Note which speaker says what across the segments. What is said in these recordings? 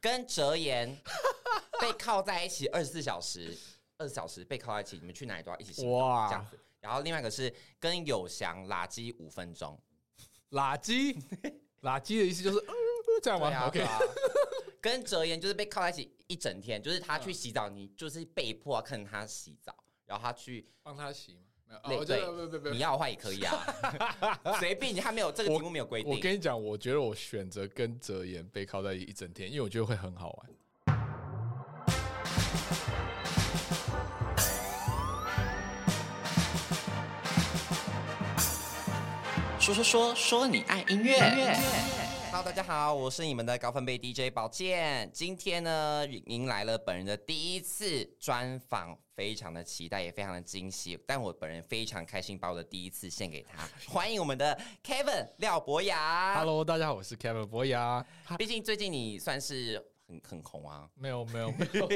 Speaker 1: 跟哲言 被铐在一起二十四小时，二十小时被铐在一起，你们去哪里都要一起行动
Speaker 2: 哇
Speaker 1: 这样子。然后另外一个是跟友翔垃圾五分钟，
Speaker 2: 垃圾， 垃圾的意思就是嗯这样
Speaker 1: 对
Speaker 2: 吗
Speaker 1: 啊
Speaker 2: ？OK，
Speaker 1: 对啊跟哲言就是被铐在一起一整天，就是他去洗澡，你就是被迫要看他洗澡，然后他去
Speaker 2: 帮他洗嘛。没有
Speaker 1: 累
Speaker 2: 哦，我觉
Speaker 1: 对
Speaker 2: 得不不不，
Speaker 1: 你要的话也可以啊， 随便你，他没有这个题目没有规
Speaker 2: 我
Speaker 1: 定。
Speaker 2: 跟你讲，我觉得我选择跟哲言背靠在一起一整天，因为我觉得会很好玩。
Speaker 1: 说说说说你爱音乐。Hello，大家好，我是你们的高分贝 DJ 宝剑。今天呢，迎来了本人的第一次专访，非常的期待，也非常的惊喜。但我本人非常开心，把我的第一次献给 他。欢迎我们的 Kevin 廖博雅。
Speaker 2: Hello，大家好，我是 Kevin 博雅。哈
Speaker 1: 毕竟最近你算是很很红啊，
Speaker 2: 没有没有没 有，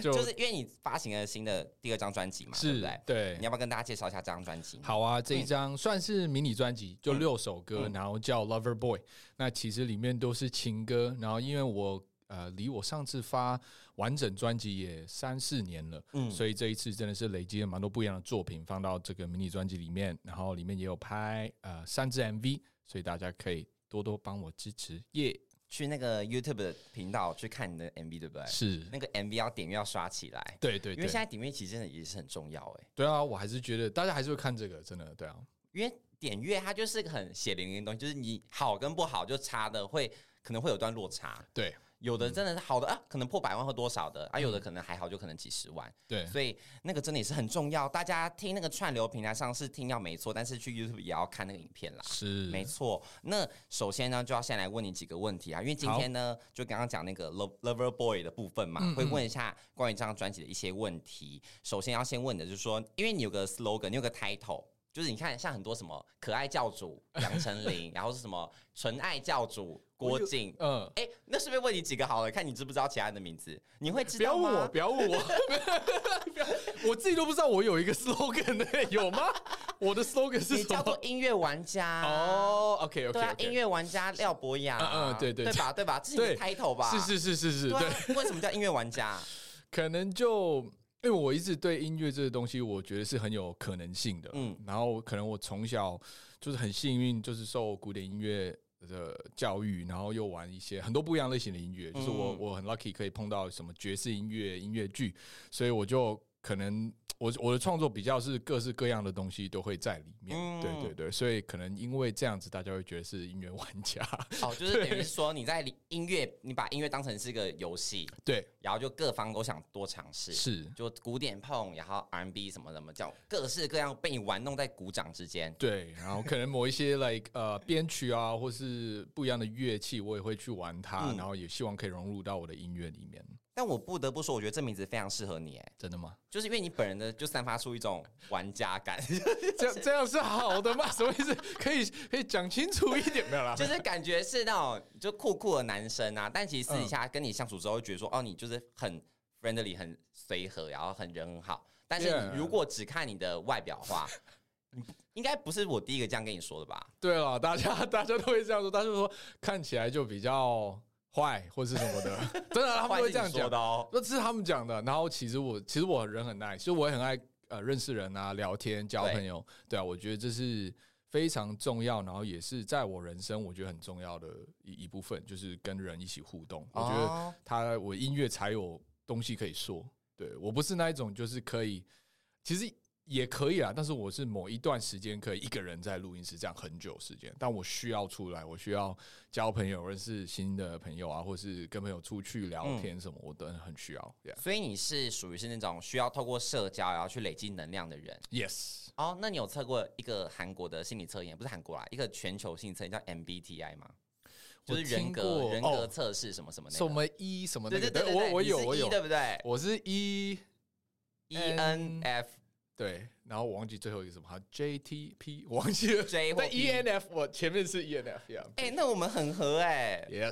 Speaker 2: 就
Speaker 1: 就是因为你发行了新的第二张专辑嘛，对不
Speaker 2: 是
Speaker 1: 对？
Speaker 2: 对
Speaker 1: 你。要不要跟大家介绍一下这张专辑？
Speaker 2: 好啊，这一张算是迷你专辑，
Speaker 1: 嗯
Speaker 2: 就六首歌，然后叫《Lover Boy》。那其实里面都是情歌，然后因为我呃离我上次发完整专辑也三四年了，
Speaker 1: 嗯
Speaker 2: 所以这一次真的是累积了蛮多不一样的作品放到这个迷你专辑里面，然后里面也有拍呃三支 MV，所以大家可以多多帮我支持耶。
Speaker 1: 去那个 YouTube 的频道去看你的 MV，对不对？
Speaker 2: 是，
Speaker 1: 那个 MV 要点阅要刷起来，
Speaker 2: 对对
Speaker 1: 哎因为
Speaker 2: 对
Speaker 1: 现，在点阅其实真的也是很重要哎、
Speaker 2: 对啊，我还是觉得大家还是会看这个，真的对啊，
Speaker 1: 因为点阅它就是个很血淋淋的东西，就是你好跟不好就差的会可能会有段落差，
Speaker 2: 对嗯
Speaker 1: 有的真的是好的、啊，可能破百万或多少的，啊，有的可能还好，就可能几十万，
Speaker 2: 对
Speaker 1: 所以那个真的也是很重要。大家听那个串流平台上是听要没错，但是去 YouTube 也要看那个影片啦。
Speaker 2: 是
Speaker 1: 没错，那首先呢，就要先来问你几个问题啊，因为今天呢，就刚刚讲那个 Lo- Lover Boy 的部分嘛，
Speaker 2: 嗯
Speaker 1: 会问一下关于这张专辑的一些问题。首先要先问的就是说，因为你有个 slogan，你有个 title，就是你看像很多什么可爱教主杨丞 琳，然后是什么纯爱教主郭靖。
Speaker 2: 嗯。
Speaker 1: 哎、那顺便问你几个好了，看你知不知道其他人的名字？你会知
Speaker 2: 不要
Speaker 1: 道吗？
Speaker 2: 问我，不要问我， 不要我自己都不知道我有一个 slogan 呢、有吗？我的 slogan 是
Speaker 1: 你
Speaker 2: 什
Speaker 1: 叫
Speaker 2: 么
Speaker 1: 做？音乐玩家
Speaker 2: 哦，OK，OK，OK、o k
Speaker 1: 对
Speaker 2: OK
Speaker 1: 啊
Speaker 2: OK，
Speaker 1: 音乐玩家廖博雅，
Speaker 2: 嗯嗯对对
Speaker 1: 对吧对吧？这是你的
Speaker 2: 对
Speaker 1: title 吧？
Speaker 2: 是是是是是，对，
Speaker 1: 对啊，为什么叫音乐玩 家？
Speaker 2: 可能就因为我一直对音乐这个东西，我觉得是很有可能性的，
Speaker 1: 嗯
Speaker 2: 嗯，然后可能我从小就是很幸运，就是受古典音乐。的教育，然后又玩一些很多不一样类型的音乐，就是我
Speaker 1: 嗯
Speaker 2: 我很 lucky 可以碰到什么爵士音乐、音乐剧，所以我就可能我我的创作比较是各式各样的东西都会在里面，
Speaker 1: 嗯
Speaker 2: 对对对，所以可能因为这样子，大家会觉得是音乐玩家，
Speaker 1: 哦，就是等于说你在音乐，你把音乐当成是个游戏，
Speaker 2: 对，
Speaker 1: 然后就各方都想多尝试，
Speaker 2: 是，
Speaker 1: 就古典碰，然后 R&B 什么什么，叫各式各样被你玩弄在鼓掌之间。
Speaker 2: 对，然后可能某一些 like 呃编曲啊，或是不一样的乐器，我也会去玩它，
Speaker 1: 嗯
Speaker 2: 然后也希望可以融入到我的音乐里面。
Speaker 1: 但我不得不说，我觉得这名字非常适合你，哎，
Speaker 2: 真的吗？
Speaker 1: 就是因为你本人的就散发出一种玩家感，
Speaker 2: 这样这样是好的吗？什 么意思？可以可以讲清楚一点没有啦？
Speaker 1: 就是感觉是那种就酷酷的男生啊，但其实私底下跟你相处之后，会觉得说，哦，你就是很 friendly、很随和，然后很人很好。但是
Speaker 2: Yeah
Speaker 1: 你如果只看你的外表的 话，你不应该不是我第一个这样跟你说的吧？
Speaker 2: 对了，大家大家都会这样说，大家就说看起来就比较坏或是什么的， 真的啊他们会这样
Speaker 1: 话是你
Speaker 2: 讲
Speaker 1: 说的。哦。
Speaker 2: 那这是他们讲的。然后其实我其实我人很 nice，就我也很爱呃认识人啊，聊天交
Speaker 1: 对
Speaker 2: 朋友。对啊，我觉得这是非常重要，然后也是在我人生我觉得很重要的一一部分，就是跟人一起互动。我觉得
Speaker 1: 哦
Speaker 2: 他我音乐才有东西可以说。对我不是那一种就是可以，其实。也可以啊，但是我是某一段时间可以一个人在录音室这样很久时间，但我需要出来，我需要交朋友，认识新的朋友啊，或是跟朋友出去聊
Speaker 1: 嗯
Speaker 2: 天什么，我都很需要。Yeah.
Speaker 1: 所以你是属于是那种需要透过社交然后去累积能量的人
Speaker 2: Yes，
Speaker 1: 哦。那你有测过一个韩国的心理测验，不是韩国啦，一个全球性测验叫 MBTI 吗？就是人
Speaker 2: 我听
Speaker 1: 格
Speaker 2: 过
Speaker 1: 人格
Speaker 2: 哦
Speaker 1: 测试什么什么那
Speaker 2: 什
Speaker 1: 个？
Speaker 2: 么一什么
Speaker 1: 对
Speaker 2: 那
Speaker 1: 对
Speaker 2: 个，
Speaker 1: 对对对，
Speaker 2: 我我
Speaker 1: 你
Speaker 2: 有
Speaker 1: 是
Speaker 2: 我
Speaker 1: E
Speaker 2: 有，
Speaker 1: 对不对？
Speaker 2: 我是一
Speaker 1: E N F
Speaker 2: 对，然后我忘记最后一个什么好，JTP 我 忘记了，E
Speaker 1: J 或
Speaker 2: 但
Speaker 1: P 哎
Speaker 2: ENF E 我前面是 ENF，yeah，yes，
Speaker 1: 哎、那我们很合哎、因为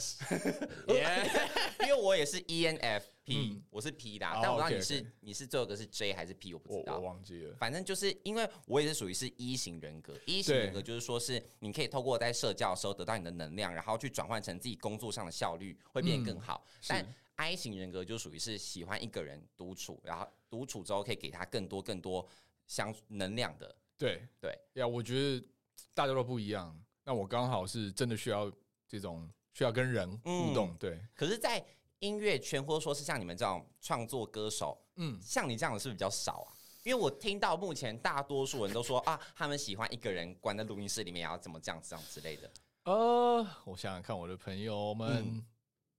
Speaker 1: 我我也是 ENFP，、
Speaker 2: 嗯
Speaker 1: 我是 P 的啊，
Speaker 2: 哦
Speaker 1: 但我不知道
Speaker 2: OK，
Speaker 1: 你是
Speaker 2: OK
Speaker 1: 你是最后一个是 J 还是 P，我不
Speaker 2: 我
Speaker 1: 知
Speaker 2: 我
Speaker 1: 道。
Speaker 2: 忘记了，
Speaker 1: 反正就是因为我也是属于是一型人格，一型人格就是说是你可以透过在社交的时候得到你的能量，然后去转换成自己工作上的效率会变得更
Speaker 2: 嗯
Speaker 1: 好。但 I 型人格就属于是喜欢一个人独处，然后独处之后可以给他更多更多相能量的。
Speaker 2: 对
Speaker 1: 对
Speaker 2: 呀，我觉得大家都不一样。那我刚好是真的需要这种需要跟人互动，对，
Speaker 1: 可是，在音乐圈或者说是像你们这种创作歌手，
Speaker 2: 嗯，
Speaker 1: 像你这样的是不是比较少啊？因为我听到目前大多数人都说啊，他们喜欢一个人关在录音室里面，然后怎么这样这样之类的。
Speaker 2: 呃，我想想看，我的朋友们，
Speaker 1: 嗯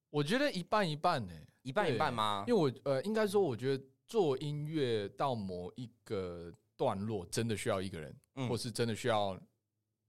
Speaker 2: 我觉得一半一半呢、
Speaker 1: 一半一
Speaker 2: 对
Speaker 1: 半吗
Speaker 2: 因？为我呃，应该说，我觉得做音乐到某一个段落，真的需要一个人，
Speaker 1: 嗯
Speaker 2: 或是真的需要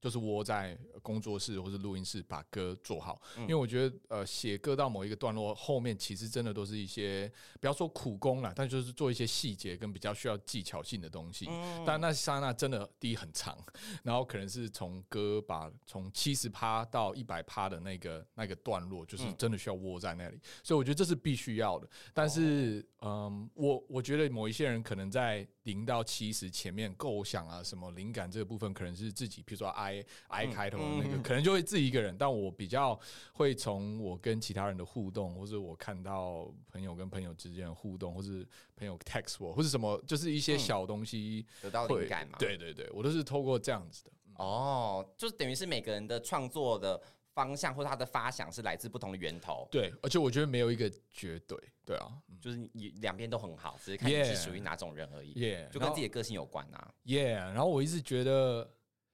Speaker 2: 就是窝在工作室或是录音室把歌做好。
Speaker 1: 嗯
Speaker 2: 因为我觉得呃，写歌到某一个段落后面，其实真的都是一些不要说苦工啦，但就是做一些细节跟比较需要技巧性的东西。
Speaker 1: 嗯
Speaker 2: 但那刹那真的第一很长，然后可能是从歌把从七十趴到一百趴的那个那个段落，就是
Speaker 1: 嗯
Speaker 2: 真的需要窝在那里，所以我觉得这是必须要的。但是，
Speaker 1: 哦
Speaker 2: 嗯，我我觉得某一些人可能在零到七十前面构想啊什么灵感这个部分，可能是自己，比如说 I I
Speaker 1: 嗯
Speaker 2: 开头的那个，
Speaker 1: 嗯
Speaker 2: 可能就会自己一个人。但我比较会从我跟其他人的互动，或者我看到朋友跟朋友之间的互动，或是朋友 text 我，或是什么，就是一些
Speaker 1: 嗯
Speaker 2: 小东西。
Speaker 1: 得到
Speaker 2: 会
Speaker 1: 灵感嘛。，
Speaker 2: 对对对，我都是透过这样子的。
Speaker 1: 哦，就是等于是每个人的创作的方向或他的发想是来自不同的源头，
Speaker 2: 对，而且我觉得没有一个绝对，对啊，
Speaker 1: 就是你两边都很好，只是看你
Speaker 2: Yeah
Speaker 1: 是属于哪种人而已。
Speaker 2: 耶、
Speaker 1: 就跟自己的个性有关啊，
Speaker 2: 耶。Yeah，然后我一直觉得，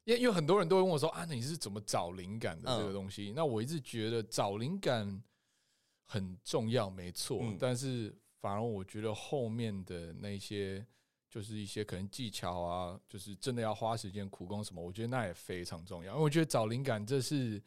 Speaker 2: 因为因为很多人都会问我说啊，那你是怎么找灵感的
Speaker 1: 嗯
Speaker 2: 这个东西？那我一直觉得找灵感很重要，没错，
Speaker 1: 嗯
Speaker 2: 但是反而我觉得后面的那些。就是一些可能技巧啊，就是真的要花时间苦工什么，我觉得那也非常重要。因为我觉得找灵感这是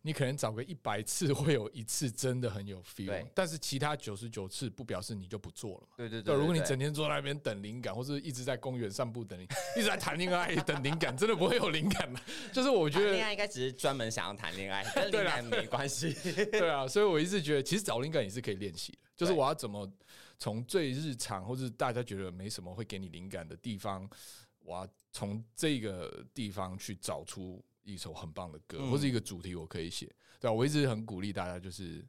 Speaker 2: 你可能找个一百次会有一次真的很有 feel，
Speaker 1: 对
Speaker 2: 但是其他九十九次不表示你就不做了嘛。
Speaker 1: 对对
Speaker 2: 对，
Speaker 1: 对。
Speaker 2: 如果你
Speaker 1: 对
Speaker 2: 整天坐在那边等灵感，或是一直在公园散步等灵，一直在谈恋爱等灵感，真的不会有灵感的。啊 就是我觉
Speaker 1: 谈啊恋
Speaker 2: 得，啊
Speaker 1: 爱应该只是专门想要谈恋爱， 跟灵感没关系。
Speaker 2: 对啊，所以我一直觉得，其实找灵感也是可以练习的。就是
Speaker 1: 对
Speaker 2: 我要怎么从最日常，或是大家觉得没什么会给你灵感的地方，我要从这个地方去找出一首很棒的歌，
Speaker 1: 嗯
Speaker 2: 或是一个主题我可以写。对、啊，我一直很鼓励大家，就是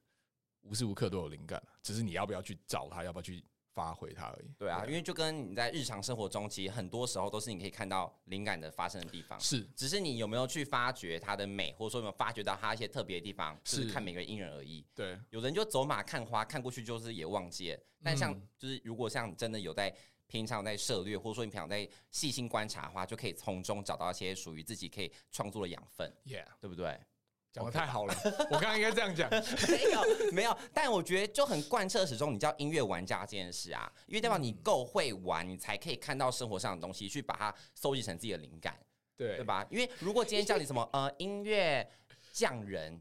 Speaker 2: 无时无刻都有灵感，啊只是你要不要去找它，要不要去发挥它而已。
Speaker 1: 对啊，因为就跟你在日常生活中，其实很多时候都是你可以看到灵感的发生的地方，
Speaker 2: 是
Speaker 1: 只是你有没有去发掘它的美，或者说有没有发掘到它一些特别的地方，就是是看每个人因人而异。
Speaker 2: 对。
Speaker 1: 有人就走马看花，看过去就是也忘记了。但像、
Speaker 2: 嗯
Speaker 1: 就是如果像你真的有在平常在涉略，或者说你平常在细心观察的话，就可以从中找到一些属于自己可以创作的养分，
Speaker 2: Yeah，
Speaker 1: 对不对？
Speaker 2: 讲哦的太好了，我刚刚应该这 样讲。
Speaker 1: 没有没有，但我觉得就很贯彻始终，你叫音乐玩家这件事啊，因为代表你够会玩，你才可以看到生活上的东西，去把它收集成自己的灵感，
Speaker 2: 对
Speaker 1: 对？吧？因为如果今天叫你什 么呃音乐匠人，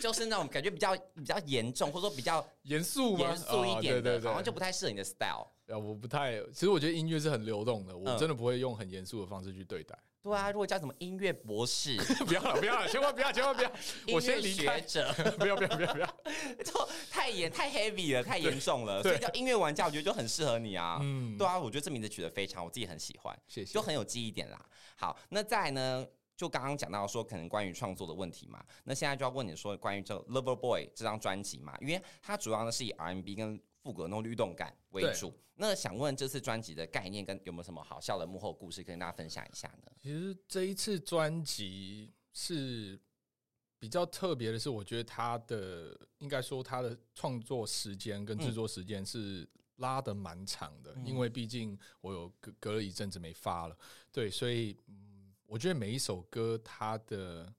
Speaker 1: 就是那种感觉比较比较严重，或者说比较
Speaker 2: 严肃吗？
Speaker 1: 严肃一点
Speaker 2: 哦对
Speaker 1: 的，
Speaker 2: 对对，
Speaker 1: 好像就不太适合你的 style。
Speaker 2: 呃我不太，其实我觉得音乐是很流动的，我
Speaker 1: 嗯
Speaker 2: 真的不会用很严肃的方式去对待。
Speaker 1: 对啊，如果叫什么音乐博士、
Speaker 2: 不要了，不要了，千万不要，千 万不要，
Speaker 1: 音
Speaker 2: 我
Speaker 1: 乐
Speaker 2: 先离
Speaker 1: 学
Speaker 2: 开，
Speaker 1: 者，
Speaker 2: 不要，不要，不要，不要。
Speaker 1: 就太严、太 heavy 了，太严重了。
Speaker 2: 对
Speaker 1: 所以叫音乐玩家，我觉得就很适合你啊。
Speaker 2: 嗯
Speaker 1: 对，啊，我觉得这名字取得非常，我自己很喜欢，
Speaker 2: 谢谢
Speaker 1: 就。很有记忆点啦。好，那再来呢，就刚刚讲到说可能关于创作的问题嘛，那现在就要问你说关于这个《Lover Boy》这张专辑嘛，因为它主要呢是以 R&B 跟副歌那种律动感为
Speaker 2: 对
Speaker 1: 主。那想问这次专辑的概念跟有没有什么好笑的幕后故事跟大家分享一下呢？
Speaker 2: 其实这一次专辑是比较特别的是，我觉得他的应该说他的创作时间跟制作时间是拉的蛮长的，
Speaker 1: 嗯
Speaker 2: 因为毕竟我有隔隔了一阵子没发了，对，所以嗯，我觉得每一首歌它的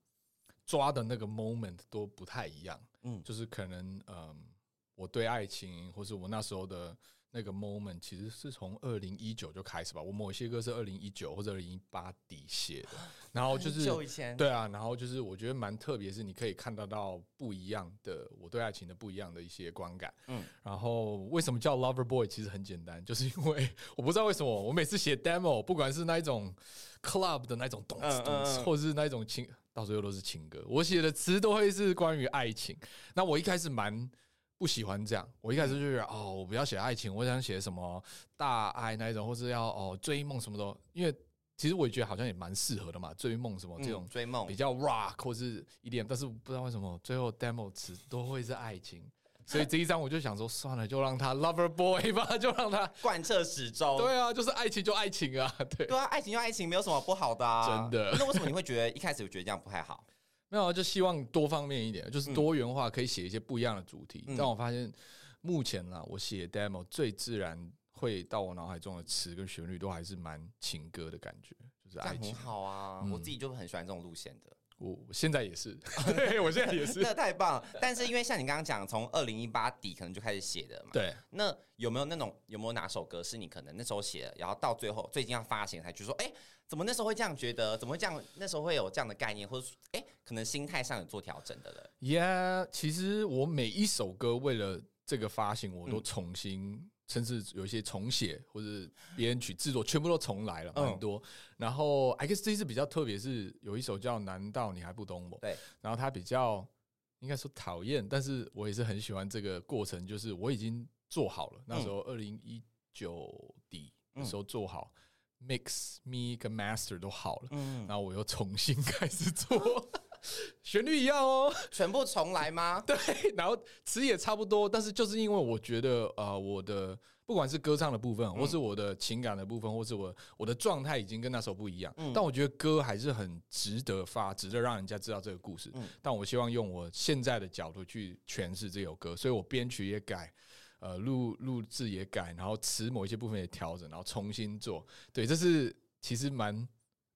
Speaker 2: 抓的那个 moment 都不太一样，
Speaker 1: 嗯
Speaker 2: 就是可能嗯，我对爱情或是我那时候的那个 moment，其实是从二零一九就开始吧。我某些歌是二零一九或者二零一八底写的，然后哦就是
Speaker 1: 很久以前，
Speaker 2: 对啊，然后就是我觉得蛮特别，是你可以看得到不一样的我对爱情的不一样的一些观感。嗯
Speaker 1: 嗯，
Speaker 2: 然后为什么叫 Lover Boy？其实很简单，就是因为我不知道为什么我每次写 demo，不管是那一种 club 的那种咚
Speaker 1: 嗯
Speaker 2: 次咚次，
Speaker 1: 嗯嗯
Speaker 2: 或者是那一种情，到最后都是情歌。我写的词都会是关于爱情。那我一开始蛮不喜欢这样。我一开始就觉得哦，我不要写爱情，我想写什么大爱那一种，或是要哦追梦什么的。因为其实我也觉得好像也蛮适合的嘛，追梦什么哦这种
Speaker 1: 嗯、追梦
Speaker 2: 比较 rock 或是一点，但是不知道为什么最后 demo 词都会是爱情。所以这一张我就想说，算了，就让他 lover boy 吧，就让他
Speaker 1: 贯彻始终。
Speaker 2: 对啊，就是爱情就爱情啊，对，
Speaker 1: 哦对啊，爱情就爱情，没有什么不好的、啊。
Speaker 2: 真的
Speaker 1: 那为什么你会觉得一开始觉得这样不太好？
Speaker 2: 没有，啊就希望多方面一点，就是多元化，可以写一些不一样的主题。
Speaker 1: 嗯
Speaker 2: 但我发现目前呢，我写 demo 最自然会到我脑海中的词跟旋律都还是蛮情歌的感觉，就是
Speaker 1: 这
Speaker 2: 爱
Speaker 1: 样
Speaker 2: 情
Speaker 1: 很。好啊，
Speaker 2: 嗯
Speaker 1: 我自己就很喜欢这种路线的。
Speaker 2: 我我现在也是， 对我现在也是，
Speaker 1: 那太棒了！但是因为像你刚刚讲，从二零一八底可能就开始写的嘛。
Speaker 2: 对，
Speaker 1: 那有没有那种有没有哪首歌是你可能那时候写的，然后到最后最近要发行才觉得说，哎、怎么那时候会这样觉得？怎么会这样？那时候会有这样的概念，或者哎、诶可能心态上有做调整的了。
Speaker 2: Yeah，其实我每一首歌为了这个发行，我都
Speaker 1: 嗯
Speaker 2: 重新，甚至有一些重写或者编曲制作，全部都重来了，很
Speaker 1: 嗯
Speaker 2: 多。然后 I guess 这一次比较特别，是有一首叫《难道你还不懂我》，
Speaker 1: 对，
Speaker 2: 然后它比较应该说讨厌，但是我也是很喜欢这个过程，就是我已经做好了，
Speaker 1: 嗯
Speaker 2: 那时候二零一九底的时候做好、mix me 跟 master 都好了，
Speaker 1: 嗯，
Speaker 2: 然后我又重新开始做， 旋律一样哦。
Speaker 1: 全部重来 吗？
Speaker 2: 然后词也差不多，但是就是因为我觉得，呃，我的不管是歌唱的部分，或是
Speaker 1: 嗯
Speaker 2: 我的情感的部分，或是我我的状态已经跟那时候不一样。
Speaker 1: 嗯
Speaker 2: 但我觉得歌还是很值得发，值得让人家知道这个故事。
Speaker 1: 嗯
Speaker 2: 但我希望用我现在的角度去诠释这首歌，所以我编曲也改。呃，录录制也改，然后词某一些部分也调整，然后重新做。对，这是其实蛮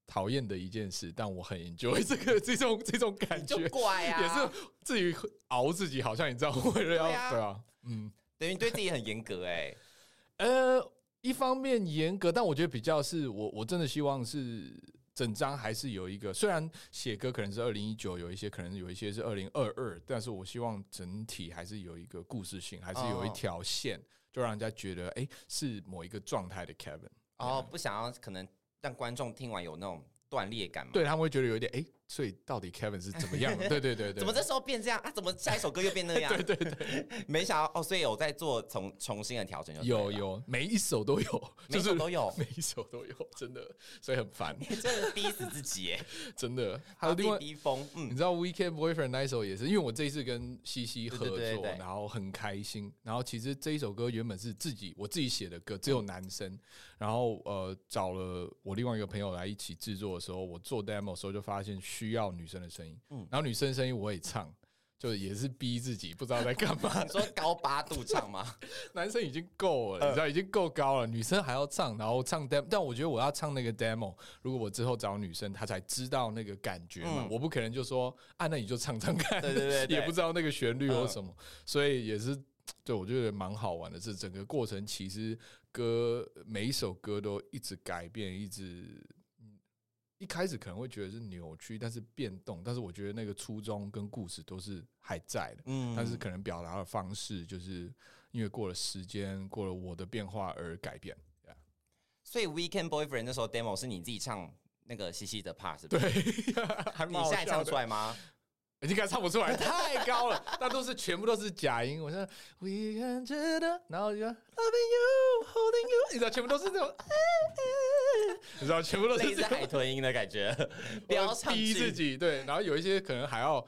Speaker 2: 讨厌的一件事，但我很 enjoy 这个这种这种感觉
Speaker 1: 就。怪啊，
Speaker 2: 也是至于熬自己，好像你知道，为了要
Speaker 1: 对啊
Speaker 2: 对啊，嗯，
Speaker 1: 等于你对自己很严格哎、 诶
Speaker 2: 呃，一方面严格，但我觉得比较是我我真的希望是整张还是有一个，虽然写歌可能是二零一九，有一些可能有一些是二零二二，但是我希望整体还是有一个故事性，还是有一
Speaker 1: 哦
Speaker 2: 条线，就让人家觉得哎、诶是某一个状态的 Kevin，
Speaker 1: 哦，不想要可能让观众听完有那种断裂感嘛。
Speaker 2: 对他们会觉得有一点哎、诶所以到底 Kevin 是怎么 样的？对对对对，
Speaker 1: 怎么这时候变这样啊？怎么下一首歌又变那 样？对对对， 没想到哦，所以有在做重重新的调整就对了，
Speaker 2: 有有每一首都有，
Speaker 1: 每
Speaker 2: 就
Speaker 1: 一
Speaker 2: 是
Speaker 1: 首都有，
Speaker 2: 每一首都有，真的，所以很烦。
Speaker 1: 你真的是逼死自己耶，
Speaker 2: 真的。
Speaker 1: 把
Speaker 2: 还有
Speaker 1: 自
Speaker 2: 另
Speaker 1: 己
Speaker 2: 外，
Speaker 1: 逼疯，嗯
Speaker 2: 你知道 Weekend Boyfriend 那一首也是，因为我这一次跟西西合作，
Speaker 1: 对对对对
Speaker 2: 然后很开心。然后其实这一首歌原本是自己我自己写的歌，只有男生。然后呃，找了我另外一个朋友来一起制作的时候，我做 demo 的时候就发现需要女生的声音，
Speaker 1: 嗯
Speaker 2: 然后女生的声音我也唱。就也是逼自己，不知道在干 嘛
Speaker 1: 你。说高八度唱吗？
Speaker 2: 男生已经够了，
Speaker 1: 呃
Speaker 2: 你知道已经够高了，女生还要唱，然后唱 demo。但我觉得我要唱那个 demo，如果我之后找女生，她才知道那个感觉嘛。
Speaker 1: 嗯
Speaker 2: 我不可能就说啊，那你就唱唱看，
Speaker 1: 对对 对对嗯
Speaker 2: 也不知道那个旋律有什么，所以也是对我觉得蛮好玩的。是整个过程其实歌每一首歌都一直改变，一直。嗯一开始可能会觉得是扭曲，但是变动，但是我觉得那个初衷跟故事都是还在的。
Speaker 1: 嗯
Speaker 2: 但是可能表达的方式，就是因为过了时间，过了我的变化而改变。
Speaker 1: 所以 Weekend Boyfriend 那时候 demo 是你自己唱那个西西的 part 是不
Speaker 2: 对
Speaker 1: 是？，
Speaker 2: 还
Speaker 1: 你
Speaker 2: 蛮好
Speaker 1: 现在
Speaker 2: 笑
Speaker 1: 唱
Speaker 2: 的
Speaker 1: 出，来 吗？
Speaker 2: 应该唱不出来，太高了，那都是全部都是假音。我现在 We can do it，然后就 Loving you, holding you，你知道，全部都是那种， 你知道，全部都是
Speaker 1: 类
Speaker 2: 这
Speaker 1: 似
Speaker 2: 样
Speaker 1: 海豚音的感 觉，不要唱
Speaker 2: 逼自
Speaker 1: 剧。
Speaker 2: 己，对，然后有一些可能还要，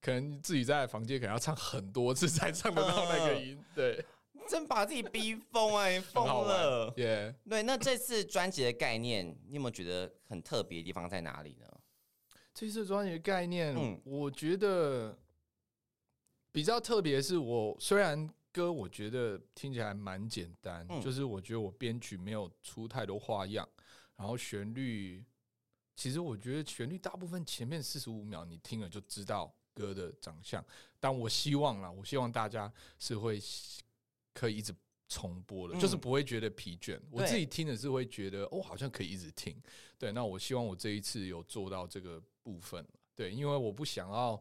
Speaker 2: 可能自己在房间可能要唱很多次才唱得到那个音， 对，
Speaker 1: 真把自己逼疯哎、
Speaker 2: 很
Speaker 1: 疯
Speaker 2: 好玩
Speaker 1: 了，。
Speaker 2: 耶。
Speaker 1: 对，那这次专辑的概念，你有没有觉得很特别的地方在哪里呢？
Speaker 2: 这次专辑的概念，
Speaker 1: 嗯
Speaker 2: 我觉得比较特别是我虽然歌我觉得听起来蛮简单，
Speaker 1: 嗯
Speaker 2: 就是我觉得我编曲没有出太多花样，然后旋律，其实我觉得旋律大部分前面四十五秒你听了就知道歌的长相，但我希望啦，我希望大家是会喜可以一直。重播的，
Speaker 1: 嗯
Speaker 2: 就是不会觉得疲倦。我
Speaker 1: 对
Speaker 2: 自己听的是会觉得，哦，好像可以一直听。对，那我希望我这一次有做到这个部分，对，因为我不想要，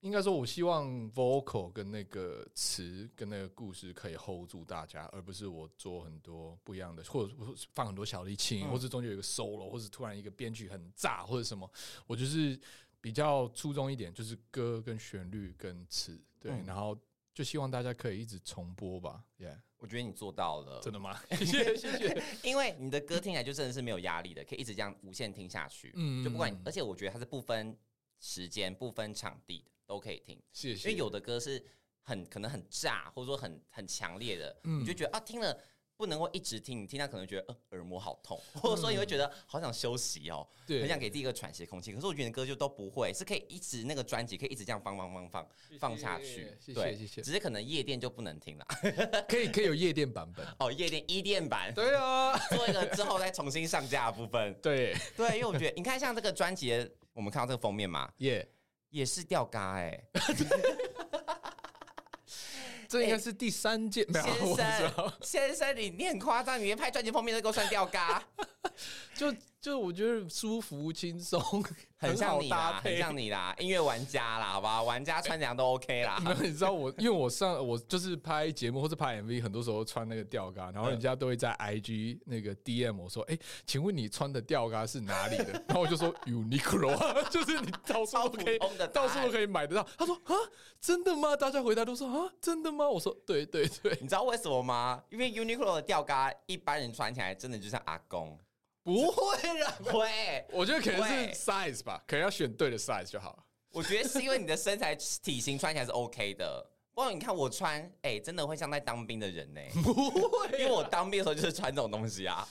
Speaker 2: 应该说，我希望 vocal 跟那个词跟那个故事可以 hold 住大家，而不是我做很多不一样的，或者或是放很多小提琴，
Speaker 1: 嗯
Speaker 2: 或者中间有一个 solo，或者突然一个编曲很炸，或者什么，我就是比较注重一点，就是歌跟旋律跟词，对，
Speaker 1: 嗯
Speaker 2: 然后就希望大家可以一直重播吧，Yeah，
Speaker 1: 我觉得你做到了，
Speaker 2: 真的吗？ 谢谢谢 谢，
Speaker 1: 因为你的歌听起来就真的是没有压力的，可以一直这样无限听下去。
Speaker 2: 嗯
Speaker 1: 就不管
Speaker 2: 嗯，
Speaker 1: 而且我觉得它是不分时间、不分场地的，都可以听。
Speaker 2: 谢
Speaker 1: 因
Speaker 2: 谢，
Speaker 1: 为有的歌是很可能很炸，或者说很很强烈的，
Speaker 2: 嗯
Speaker 1: 你就觉得啊，听了不能够一直听，你听到可能觉得呃耳膜好 痛，或者说你会觉得好想休息哦，
Speaker 2: 对
Speaker 1: 很想给自己一个喘息的空气。可是我觉得你的歌就都不会，是可以一直那个专辑可以一直这样放放放放放下去，
Speaker 2: 谢谢
Speaker 1: 对
Speaker 2: 谢谢，
Speaker 1: 只是可能夜店就不能听了
Speaker 2: 可以可以有夜店版本，
Speaker 1: 哦，夜店一店版
Speaker 2: 对啊，
Speaker 1: 做一个之后再重新上架的部分。
Speaker 2: 对，
Speaker 1: 对，因为我觉得你看像这个专辑的，我们看到这个封面嘛，
Speaker 2: 耶，
Speaker 1: 也是吊嘎哎、
Speaker 2: 这应该是第三届，没有，
Speaker 1: 哎先
Speaker 2: 我不知道
Speaker 1: 生， 先生，你你很夸张，你连拍专辑封面都给我算吊 嘎，
Speaker 2: 就就我觉得舒服轻松，
Speaker 1: 很像
Speaker 2: 好
Speaker 1: 你
Speaker 2: 搭
Speaker 1: 啦，很
Speaker 2: 配。
Speaker 1: 像你啦，音乐玩家啦，好吧，玩家穿怎样都 OK 啦。
Speaker 2: 没有，你知道我，因为我上我就是拍节目或是拍 MV，很多时候穿那个吊嘎，然后人家都会在 IG 那个 DM 我说：“哎、请问你穿的吊嘎是哪里的？” 然后我就说 Uniqlo，啊 就是你到处
Speaker 1: 超
Speaker 2: 都
Speaker 1: 普
Speaker 2: 可以，
Speaker 1: 通的答
Speaker 2: 到
Speaker 1: 案
Speaker 2: 处都可以买得到。他说：“啊，真的吗？”大家回答都说：“啊，真的吗？”我说：“对对对，
Speaker 1: 你知道为什么吗？因为 Uniqlo 的吊嘎，一般人穿起来真的就像阿公，
Speaker 2: 不会啦。
Speaker 1: 会”。
Speaker 2: 我觉得可能
Speaker 1: 对
Speaker 2: 是 size 吧，可能要选对的 size 就好了。
Speaker 1: 我觉得是因为你的身材体型穿起来是 OK 的。不然你看我穿，哎、真的会像在当兵的人呢、
Speaker 2: 不会啊
Speaker 1: 因为我当兵的时候就是穿这种东西啊。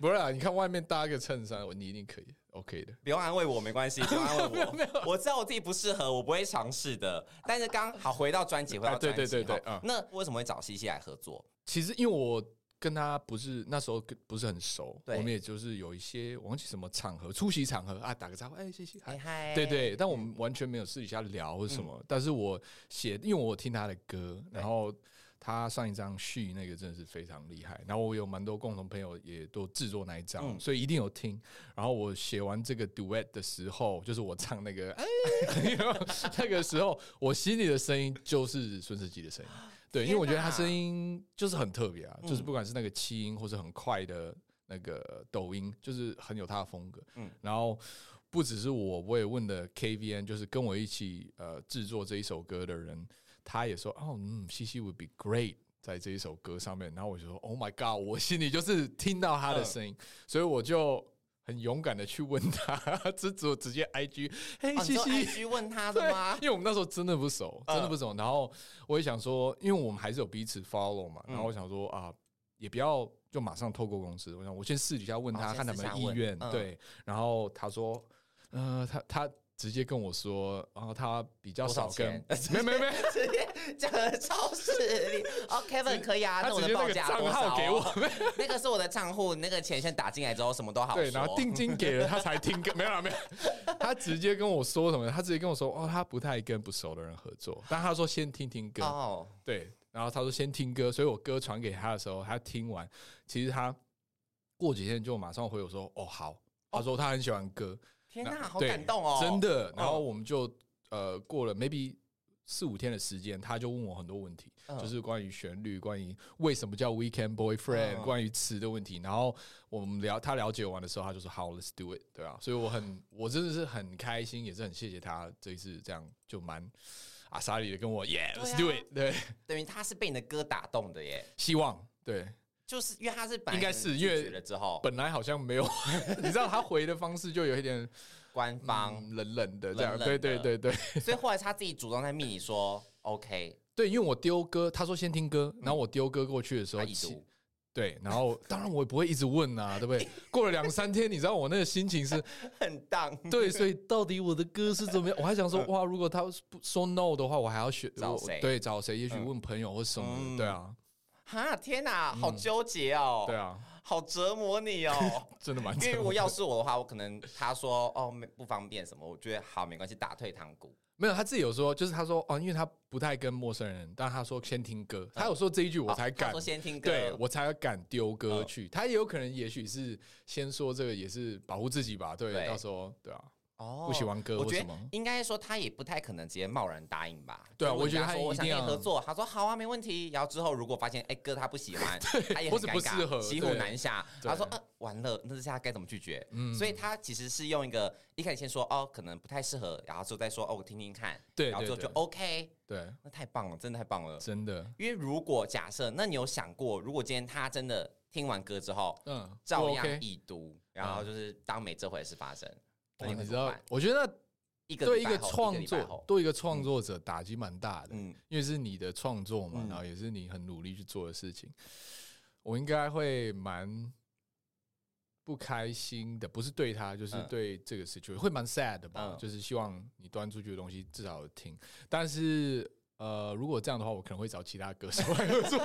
Speaker 2: 不是啊，你看外面搭个衬衫，我你一定可以，OK 的。
Speaker 1: 不用安慰我，没关系，不用 安慰我。我知道我自己不适合，我不会尝试的。但是刚好回到专辑，回
Speaker 2: 啊
Speaker 1: 到
Speaker 2: 对
Speaker 1: 专辑
Speaker 2: 对
Speaker 1: 哈，
Speaker 2: 对对嗯
Speaker 1: 那为什么会找西西来合作？
Speaker 2: 其实因为我跟他不是那时候跟不是很熟，我
Speaker 1: 对
Speaker 2: 们也就是有一些我忘记什么场合出席场合啊，打个招呼，哎，谢谢，
Speaker 1: 嗨
Speaker 2: 嗨，
Speaker 1: 嗨，
Speaker 2: 对对，
Speaker 1: 嗯
Speaker 2: 但我们完全没有私底下聊或什么。但是我写，因为我听他的歌，然后他上一张序那个真的是非常厉害，然后我有蛮多共同朋友也都制作那一张，
Speaker 1: 嗯
Speaker 2: 所以一定有听。然后我写完这个 duet 的时候，就是我唱那 个哎， 那个时候我心里的声音就是孙世基的声音，对，因为我觉得他声音就是很特别啊，就是
Speaker 1: 嗯
Speaker 2: 不管是那个气音或是很快的。那个抖音就是很有他的风格，
Speaker 1: 嗯
Speaker 2: 然后不只是我，我也问了 KVN，就是跟我一起呃制作这一首歌的人，他也说哦，嗯，西西 would be great 在这一首歌上面。然后我就说 Oh my God，我心里就是听到他
Speaker 1: 嗯
Speaker 2: 的声音，所以我就很勇敢的去问他， 直直直接 IG，嘿、
Speaker 1: 哦，你
Speaker 2: 西
Speaker 1: 说
Speaker 2: 西。
Speaker 1: IG 问他
Speaker 2: 对
Speaker 1: 的吗，？嗯
Speaker 2: 因为我们那时候真的不熟，真的不熟。然后我也想说，因为我们还是有彼此 follow 嘛，
Speaker 1: 嗯
Speaker 2: 然后我想说啊，也不要就马上透过公司，我想我先私底下问
Speaker 1: 哦
Speaker 2: 他
Speaker 1: 先
Speaker 2: 看他们
Speaker 1: 私
Speaker 2: 的
Speaker 1: 下
Speaker 2: 意
Speaker 1: 问
Speaker 2: 愿，
Speaker 1: 嗯
Speaker 2: 对。然后他说，呃，他他直接跟我说，然后他比较
Speaker 1: 多少
Speaker 2: 少跟
Speaker 1: 钱，
Speaker 2: 没没没，
Speaker 1: 直接讲的超市 里哦，Kevin 可以啊，
Speaker 2: 他
Speaker 1: 那我的
Speaker 2: 直接那
Speaker 1: 报
Speaker 2: 个
Speaker 1: 价
Speaker 2: 账
Speaker 1: 多少哦
Speaker 2: 号给我，，
Speaker 1: 那个是我的账户，那个钱先打进来之后什么都好
Speaker 2: 对，然后
Speaker 1: 说
Speaker 2: 定金给了他才听 跟，没有啦没有，他直接跟我说什么？他直接跟我说，哦，他不太跟不熟的人合作，但他说先听听歌，
Speaker 1: 哦，
Speaker 2: 对，然后他说先听歌，所以我歌传给他的时候，他听完，其实他过几天就马上回我说：“哦，好。”他说他很喜欢歌，
Speaker 1: 天哪，好
Speaker 2: 对
Speaker 1: 感动哦，
Speaker 2: 真的。然后
Speaker 1: 哦
Speaker 2: 我们就呃过了 maybe 四五天的时间，他就问我很多问题，
Speaker 1: 嗯
Speaker 2: 就是关于旋律，关于为什么叫 Weekend Boyfriend，、
Speaker 1: 嗯
Speaker 2: 关于词的问题。然后我们了他了解完的时候，他就说好，Let's do it，对啊，所以我很我真的是很开心，也是很谢谢他这一次这样就蛮阿莎里的跟我 Yeah，Let's、do
Speaker 1: 对啊
Speaker 2: it，对，
Speaker 1: 等于他是被你的歌打动的耶，
Speaker 2: 希望对。
Speaker 1: 就是因为他是本来
Speaker 2: 应该
Speaker 1: 可能
Speaker 2: 是
Speaker 1: 拒
Speaker 2: 因为
Speaker 1: 绝了之后
Speaker 2: 本来好像没有， 你知道他回的方式就有一点
Speaker 1: 官方
Speaker 2: 嗯冷冷的这样，
Speaker 1: 冷冷
Speaker 2: 对
Speaker 1: 的
Speaker 2: 对对对
Speaker 1: 所以后来是他自己主动在密你说 OK，
Speaker 2: 对，因为我丢歌，他说先听歌，然后我丢歌过去的时
Speaker 1: 他
Speaker 2: 候，
Speaker 1: 已
Speaker 2: 其
Speaker 1: 读，
Speaker 2: 对，然后当然我也不会一直问啊，对 不对？过了两三天，你知道我那个心情是，
Speaker 1: 很当。
Speaker 2: 对，所以到底我的歌是怎么样？我还想说，
Speaker 1: 嗯
Speaker 2: 哇，如果他不说 no 的话，我还要选
Speaker 1: 找
Speaker 2: 我
Speaker 1: 谁
Speaker 2: 对，找谁？也许
Speaker 1: 嗯
Speaker 2: 问朋友或什么的，
Speaker 1: 嗯
Speaker 2: 对啊，
Speaker 1: 哈，天哪，
Speaker 2: 嗯
Speaker 1: 好纠结哦，
Speaker 2: 对，啊，
Speaker 1: 好折磨你 哦。
Speaker 2: 真的蛮
Speaker 1: 因为如
Speaker 2: 折
Speaker 1: 果
Speaker 2: 磨
Speaker 1: 要是我的话，我可能他说哦没不方便什么，我觉得好没关系，打退堂鼓。
Speaker 2: 没有，他自己有说，就是他说哦，因为他不太跟陌生人，但他说先听歌，他有说这一句，我
Speaker 1: 好啊
Speaker 2: 才
Speaker 1: 哦他
Speaker 2: 敢
Speaker 1: 说先听歌，
Speaker 2: 对我才敢丢歌
Speaker 1: 嗯
Speaker 2: 去。他也有可能，也许是先说这个，也是保护自己吧。对，
Speaker 1: 对
Speaker 2: 到时候对啊，
Speaker 1: 哦
Speaker 2: 不喜欢歌
Speaker 1: 我
Speaker 2: 或
Speaker 1: 觉
Speaker 2: 什
Speaker 1: 得
Speaker 2: 么。
Speaker 1: 应该说他也不太可能直接贸然答应吧。
Speaker 2: 对啊
Speaker 1: 如果你
Speaker 2: 我觉得
Speaker 1: 跟
Speaker 2: 他
Speaker 1: 说我
Speaker 2: 一
Speaker 1: 想
Speaker 2: 定
Speaker 1: 跟你
Speaker 2: 要
Speaker 1: 合作，他说好啊，没问题。然后之后如果发现哎哥他不喜 欢，他也
Speaker 2: 或
Speaker 1: 很
Speaker 2: 者不
Speaker 1: 尴
Speaker 2: 适合
Speaker 1: 尬，骑虎
Speaker 2: 对
Speaker 1: 难下。
Speaker 2: 对
Speaker 1: 他说呃完了，那这下该怎么拒绝？
Speaker 2: 嗯
Speaker 1: 所以他其实是用一个一开始先说哦可能不太适合，然后之后再说哦我听听看，
Speaker 2: 对
Speaker 1: 然后
Speaker 2: 对
Speaker 1: 之后就哦
Speaker 2: 对
Speaker 1: OK，
Speaker 2: 对，
Speaker 1: 那太棒了，真的太棒了。
Speaker 2: 真的，
Speaker 1: 因为如果假设，那你有想过，如果今天他真的听完歌之后，
Speaker 2: 嗯，
Speaker 1: 照
Speaker 2: 不
Speaker 1: 样
Speaker 2: OK。
Speaker 1: 已读，然后就是当没这回事发生，那
Speaker 2: 哇
Speaker 1: 你会
Speaker 2: 哦你知
Speaker 1: 怎么
Speaker 2: 道
Speaker 1: 办？，
Speaker 2: 我觉得
Speaker 1: 一个
Speaker 2: 对
Speaker 1: 礼
Speaker 2: 一
Speaker 1: 拜
Speaker 2: 个
Speaker 1: 后
Speaker 2: 创
Speaker 1: 一个礼拜
Speaker 2: 作
Speaker 1: 后，
Speaker 2: 对一个创作者打击蛮大的，
Speaker 1: 嗯，
Speaker 2: 因为是你的创作嘛，
Speaker 1: 嗯
Speaker 2: 然后也是你很努力去做的事情，我应该会蛮不开心的，不是对他，就是
Speaker 1: 嗯
Speaker 2: 对这个 situation 会蛮 sad 的吧，
Speaker 1: 嗯
Speaker 2: 就是希望你端出去的东西至少有听，但是。呃，如果这样的话，我可能会找其他歌手来合作，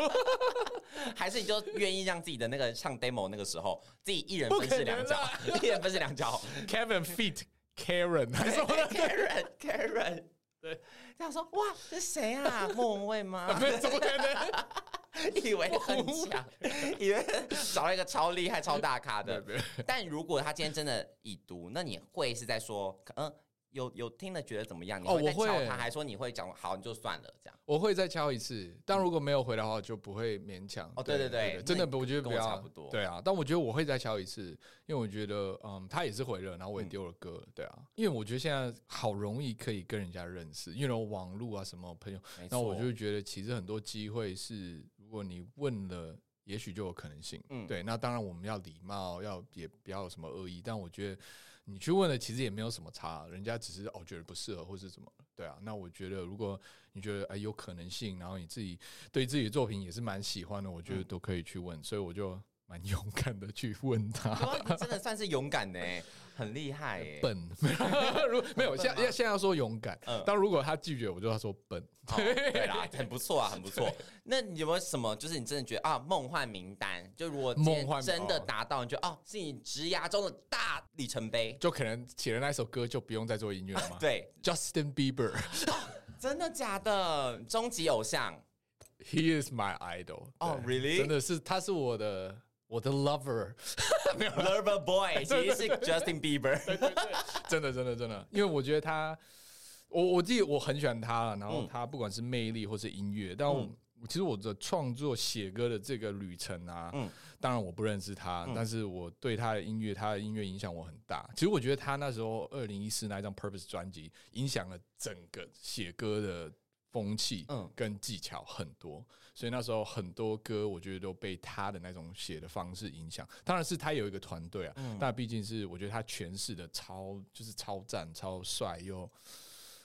Speaker 1: 还是你就愿意让自己的那个唱 demo 那个时候，自己一人
Speaker 2: 不
Speaker 1: 分
Speaker 2: 可
Speaker 1: 饰
Speaker 2: 能啊
Speaker 1: 两角，一人分饰两 角
Speaker 2: Kevin Feet Karen 还是什么 的，
Speaker 1: ，Karen Karen，对，这样说哇，这谁啊？莫文蔚吗？
Speaker 2: 没有怎么可能？
Speaker 1: 以为很强， 以为找了一个超厉害、超大咖的。但如果他今天真的已读，那你会是在说，嗯，有有听了觉得怎么样？你
Speaker 2: 哦
Speaker 1: 会再
Speaker 2: 我会
Speaker 1: 敲他，还说你会讲好你就算了这样？
Speaker 2: 我会再敲一次，但如果没有回来的话，就不会勉强。
Speaker 1: 哦对对对那
Speaker 2: 真的
Speaker 1: 你
Speaker 2: 不，我觉得
Speaker 1: 跟我
Speaker 2: 不要
Speaker 1: 差不多
Speaker 2: 对啊，但我觉得我会再敲一次，因为我觉得，嗯，他也是回了，然后我也丢了歌，对啊，因为我觉得现在好容易可以跟人家认识，因为网络啊什么朋友，
Speaker 1: 没
Speaker 2: 那
Speaker 1: 错
Speaker 2: 我就会觉得其实很多机会是，如果你问了，也许就有可能性。
Speaker 1: 嗯
Speaker 2: 对，那当然我们要礼貌，要也不要有什么恶意，但我觉得你去问了，其实也没有什么差，人家只是哦觉得不适合或是怎么，对啊。那我觉得如果你觉得哎有可能性，然后你自己对自己的作品也是蛮喜欢的，我觉得
Speaker 1: 嗯
Speaker 2: 都可以去问，所以我就蛮 勇敢的去问他。
Speaker 1: 哇你真的算是勇敢 呢，很厉害耶。
Speaker 2: 笨， 如没有，
Speaker 1: 很笨
Speaker 2: 现在
Speaker 1: 吗
Speaker 2: 现在要说勇敢，
Speaker 1: 嗯
Speaker 2: 但如果他拒绝，我就要说笨。
Speaker 1: 哦对啦，很不错啊，很不错。那你有没有什么，就是你真的觉得啊，梦幻名单？就如果今
Speaker 2: 梦幻
Speaker 1: 天
Speaker 2: 名
Speaker 1: 真的
Speaker 2: 哦
Speaker 1: 达到，你觉得哦，是你职涯中的大里程碑？
Speaker 2: 就可能写了那首歌就不用再做音乐了吗？
Speaker 1: 对，
Speaker 2: Justin Bieber,
Speaker 1: 真的假的？终极偶像
Speaker 2: he is my idol 对。
Speaker 1: 哦，really？
Speaker 2: 真的是，他是我的我的 lover，没有啦
Speaker 1: Lover Boy 其实是 Justin Bieber，
Speaker 2: 真的真的真的，因为我觉得他，我我自己我很喜欢他，然后
Speaker 1: 嗯
Speaker 2: 他不管是魅力或是音乐，但我。其实我的创作写歌的这个旅程啊，
Speaker 1: 嗯
Speaker 2: 当然我不认识他，
Speaker 1: 嗯
Speaker 2: 但是我对他的音乐，他的音乐影响我很大。其实我觉得他那时候二零一四那一张 Purpose 专辑，影响了整个写歌的风气，
Speaker 1: 嗯
Speaker 2: 跟技巧很多。所以那时候很多歌，我觉得都被他的那种写的方式影响。当然是他有一个团队啊，但毕竟是我觉得他诠释的超就是超赞、超帅又